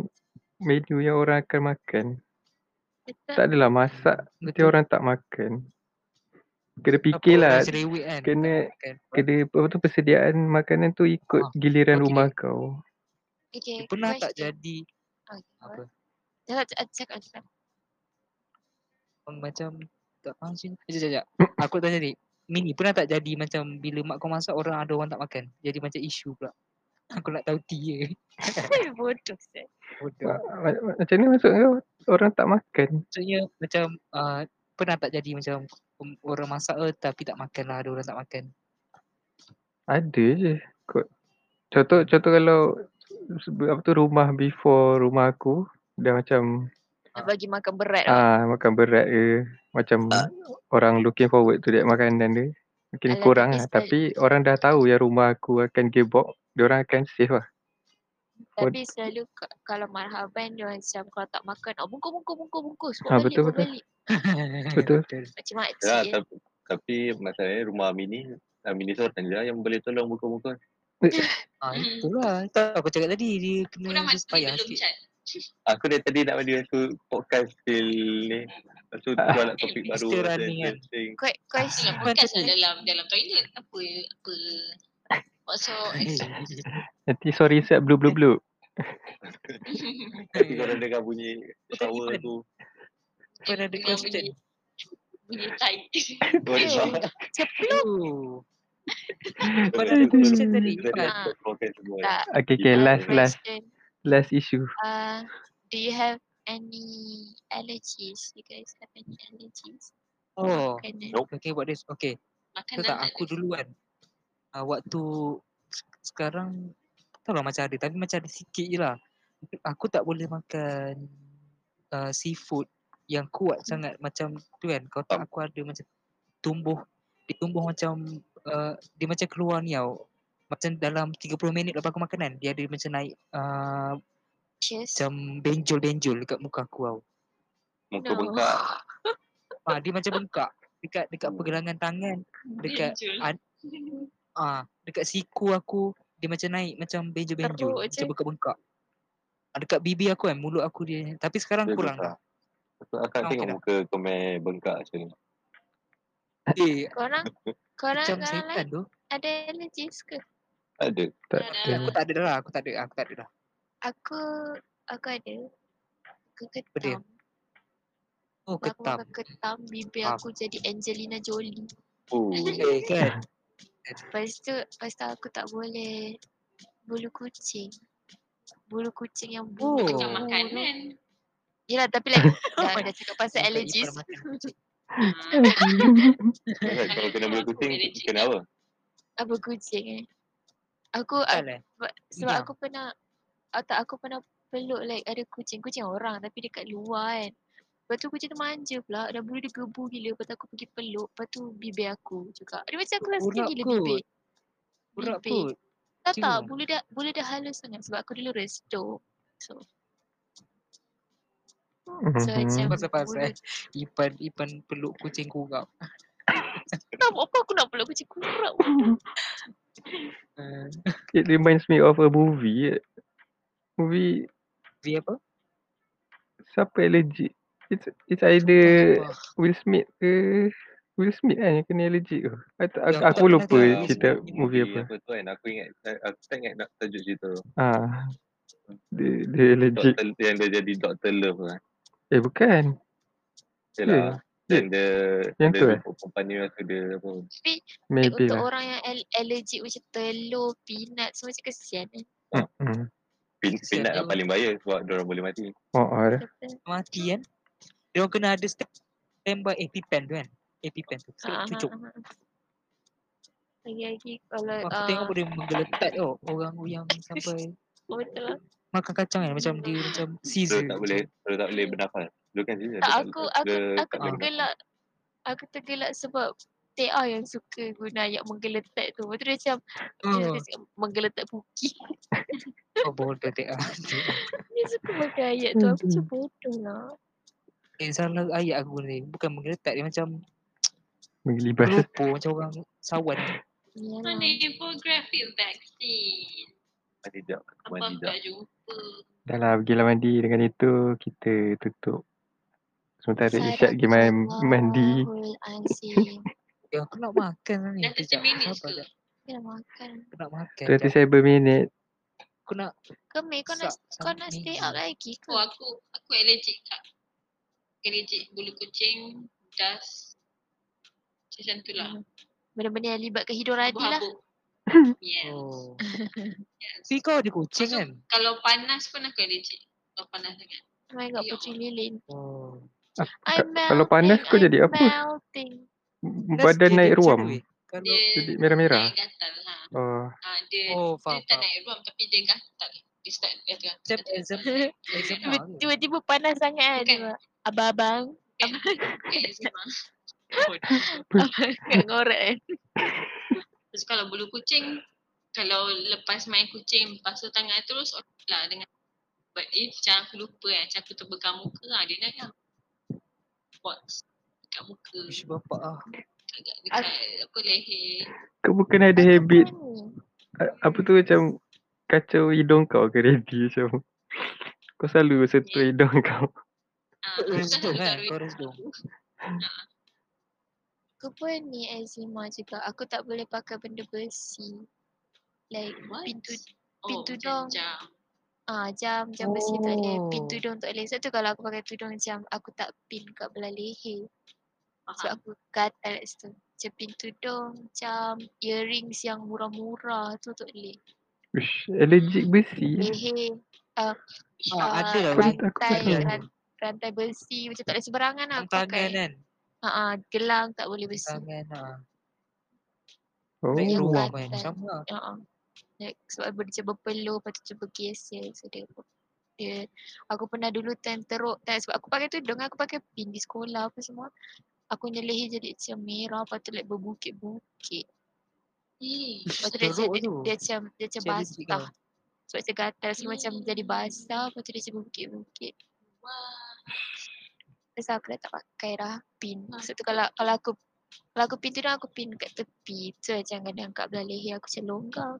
menu yang orang akan makan.
Kita
Tak adalah masak nanti
Betul.
orang tak makan. Kena fikirlah.
Apa, Cerewet kan
lah, Kena-
Kan,
Kena apa tu persediaan makanan tu ikut
Ah,
giliran
okey.
rumah kau.
Okay,
Pernah tak
question.
jadi
Okay,
apa
Dah tak cakap cakap.
macam tak faham sini. Sekejap, sekejap. Aku nak tanya ni. Mini pernah tak jadi macam bila mak kau masak orang ada orang tak makan? Jadi macam isu pula. Aku nak tahu tia.
Bodoh saya.
Bodoh.
Ma- ma- ma- Macam mana maksud kau orang tak makan?
Maksudnya macam uh, pernah tak jadi macam um, orang masak eh, tapi tak makan lah ada orang tak makan.
Ada je kot. Contoh contoh kalau se- apa tu rumah before rumah aku dah macam
Nak bagi makan berat lah.
ah makan berat ke macam orang looking forward to that makanan dia. Mungkin
Alah,
kurang
tapi
lah.
sekali-
Tapi orang dah tahu yang rumah aku akan gearbox. Diorang akan save lah.
Tapi selalu ka- kalau marhaban dia orang macam kalau tak makan, oh bungkus bungkus bungkus bungkus. Buat
Ah,
balik,
betul,
buat
betul.
balik.
Betul.
Macam makcik.
Ya,
eh.
tapi, tapi masalahnya rumah Amini, Amini seorang je lah yang boleh tolong buka-buka.
Ah, itulah. Itu aku cakap tadi dia kena
Korang mati
payah
belum
sikit.
Chan?
Aku dari tadi nak bagi tu podcast till ni. Lepas tu
Ah.
buat lah topik baru.
Mr.
macam
Running kan?
interesting.
Kau kau
Tu lah
isi-
podcast lah dalam dalam toilet. Apa apa maksud
Nanti sorry set blue blue blue.
Nanti korang dengar bunyi shower tu.
Pernah dengar
Dengan
Stan?
bunyi tai.
Korang
Eh,
dengar.
Ceplok.
Korang
Mana ada
dengar.
question tadi?
Kita dah
Ifan?
Ah.
podcast semua.
tak.
Okay, okay.
Yeah.
Last, last,
Question.
last issue.
Uh, do you have any allergies? You guys have any allergies?
Oh.
Makanan.
Nope.
Okay, buat this. Okay.
Makanan
Tahu tak aku
ada.
dulu kan uh, waktu se- sekarang tak lah macam ada tapi macam ada sikit je lah. Aku tak boleh makan uh, seafood yang kuat sangat macam tu kan. Kau tak aku ada macam tumbuh dia tumbuh macam uh, dia macam keluar ni tau. Macam dalam 30 minit lepas aku makanan dia ada macam naik uh,
Cheers.
macam benjol-benjol dekat muka aku tau.
Muka
No.
bengkak.
Ah dia macam bengkak dekat dekat pergelangan tangan, dekat
Benjol.
ad- ah dekat siku aku dia macam naik macam benjol-benjol,
Teruk
macam
je.
bengkak-bengkak. Ah, dekat bibir aku kan, mulut aku dia. Tapi sekarang
Dia
kurang
bengkak.
dah.
Aku akan
Ah,
tengok
okay dah.
muka komen bengkak macam ni.
Eh,
Korang korang
macam
orang
setan
lain
tu.
ada allergies ke?
Ada.
Tak
Dah,
ada.
dah,
Aku tak ada dah, aku tak ada, aku tak ada dah.
Aku aku ada. Aku
Apa dia?
ketam.
Oh,
Aku
ketam.
makan ketam bibir
Ah.
Faham.
aku jadi Angelina Jolie.
Oh.
Eh, kan?
Lepas tu lepas tu aku tak boleh bulu kucing. Bulu kucing yang
Oh.
bulu. kan?
Macam makanan.
Hmm.
Yelah tapi like dah,
my
dah cakap pasal
Ikan-
allergies.
ikan makan kucing.
Ah,
Kan, Kalau kena bulu kucing, kena apa?
Apa kucing eh? Aku
Tak lah.
Sebab, sebab
Hilang.
aku pernah ah, tak aku pernah peluk like ada kucing kucing orang tapi dekat luar kan. Lepas tu kucing tu manja pula dan bulu dia gebu gila lepas tu aku pergi peluk lepas tu bibir aku juga. Dia macam kelas sikit
Urat
gila
kot.
bibir.
Urat
Bibir.
kot.
Tak tak
Cium.
bulu dia bulu dia halus sangat sebab aku dulu resto. So so macam
Mhm.
Pasal-pasal.
bulu
Ipan, Ipan peluk kucing kurap.
tak apa aku nak peluk kucing kurap.
Uh,
It reminds me of a movie. eh. Movie
dia apa?
siapa allergic? It's it's either Will Smith ke Will Smith kan yang kena allergic tu.
Ya,
Aku, aku,
aku
aku
tak
lupa
pernah tengok.
cerita movie apa.
apa tu kan aku ingat aku tak ingat nak tajuk cerita tu.
Ah. Dia, dia allergic.
Doktor yang dia jadi Dr. Love kan.
Eh bukan.
Yalah. Dan dia
Ya, Yang
dia
tu, eh?
jumpa perempuan ni rasa dia apa.
Like,
Maybe
untuk
lah.
orang yang al- allergic macam telur, peanut semua macam kesian kan.
Mm-mm.
Pin-
Sial
Pinat
tu.
lah paling bahaya sebab dia orang boleh mati.
Oh, oh.
Kata,
Mati kan? Dia orang kena ada step- standby EpiPen tu kan? EpiPen tu.
Ah,
Straight cucuk.
ah, ah, ah. Lagi-lagi kalau
Aku
ah,
tengok pun dia menggeletat tau. Orang yang sampai
oh, betul lah.
makan kacang kan. Macam dia macam Caesar.
Dia tak boleh dia tak boleh bernafas. Dia kan dia
Tak
tak-
aku aku
dia
aku
tak boleh bernafas.
tergelak. Aku tergelak sebab TA yang suka guna ayat menggeletak tu. Betul dia macam dia
Oh,
suka cakap menggeletak puki.
oh bodoh tak.
Dia suka pakai ayat tu. Aku macam bodoh lah.
Eh, salah ayat aku ni. Bukan menggeletak. Dia macam
Menggelibat.
terlopor. macam orang sawan.
Ya Yalah.
Pornographic vaccine.
Mandi jap.
Apa
Mandi
aku
jap.
dah jumpa.
Dah lah, pergilah mandi. Dengan itu, kita tutup. Sementara Isyad pergi man- mandi.
Sadaqallahul azim.
Ya aku nak makan ni.
Dah 30
Kejap,
minutes
sabar
tu.
jap.
Dia dah makan.
Aku nak makan. jap.
27 minit.
Aku nak
Kemih kau nak
Sa-
kau nak stay
sambil.
up lagi ke?
Oh aku aku allergic kat allergic bulu kucing, dust. Macam tu lah.
Hmm. Benda-benda yang libatkan hidung radi lah.
Habuk-habuk. Yes.
Oh.
yes.
Si kau ada kucing kan?
Kalau panas pun aku allergic. Kalau panas sangat.
Oh my god, kucing lilin.
Oh.
I'm melting.
kalau panas kau jadi
I'm
apa?
melting.
Badan naik ruam.
Kalau
Dia
Jadi merah-merah?
Dia gatal lah.
Oh,
Ha, dia,
Oh,
dia
faham,
tak
faham.
naik ruam tapi dia gatal. Dia start gatal.
macam
gatal-
eczema,
gatal.
eczema
Tiba-
ke?
Tiba-tiba panas sangat kan.
Bukan.
tiba. Abang-abang.
Bukan, bukan eczema.
Abang kat ngorek
eh.
kan.
Terus kalau bulu kucing, kalau lepas main kucing basuh tangan terus okey lah dengan but if macam aku lupa kan, macam aku terbekam muka lah, dia nak kan spots dekat muka,
Ish bapak ah.
dekat, dekat apa leher.
kau bukan ada
Aku
habit
pun ni.
A- apa tu macam kacau hidung kau ke ready macam kau selalu setua hidung kau
Ah,
Kau
susah
resdung
nak
kan?
taruh hidung
Kau resdung.
aku.
Aku pun ni eczema juga. Aku tak boleh pakai benda besi. Like
What?
pintu
Oh,
pintu
macam
dong.
jam.
ah jam jam besi tak boleh. Pin
Oh.
tudung tak boleh. Sebab tu kalau aku pakai tudung jam aku tak pin kat belah leher. Sebab
Faham?
aku gatal kat situ. Macam pin tudung, jam earrings yang murah-murah tu tak boleh.
Ush, allergic besi
Leher
Ah, ada lah
Aku
orang
tak- aku tak
uh, rantai,
tahu.
ran- rantai besi macam tak boleh sembarangan lah aku pakai.
tangan kan?
Ha gelang tak boleh besi.
Tangan ah.
oh
Naik
Yang
ruam
gatal.
kan? Sama lah.
Ha Like, sebab dia macam berpeluh lepas tu cuba gesel so dia dia aku pernah dulu time teruk time sebab aku pakai tudung aku pakai pin di sekolah apa semua aku punya leher jadi macam merah lepas tu like berbukit-bukit
Eh,
Ish,
lepas tu dia,
teruk tu.
macam- dia, macam dia macam
Macam allergic
basah
kau.
sebab dia gatal semua macam jadi basah lepas tu dia macam berbukit-bukit
wah.
Pasal aku dah tak pakai dah pin. Sebab tu kalau kalau aku kalau aku pin tu dah aku pin kat tepi. Tu macam kadang kat belah leher aku macam longgar.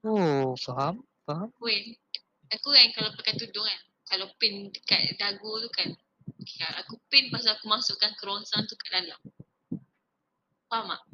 Oh, faham? Faham?
Weh, aku kan kalau pakai tudung kan, kalau pin dekat dagu tu kan, ya, aku pin pasal aku masukkan kerongsang tu kat dalam. Faham tak?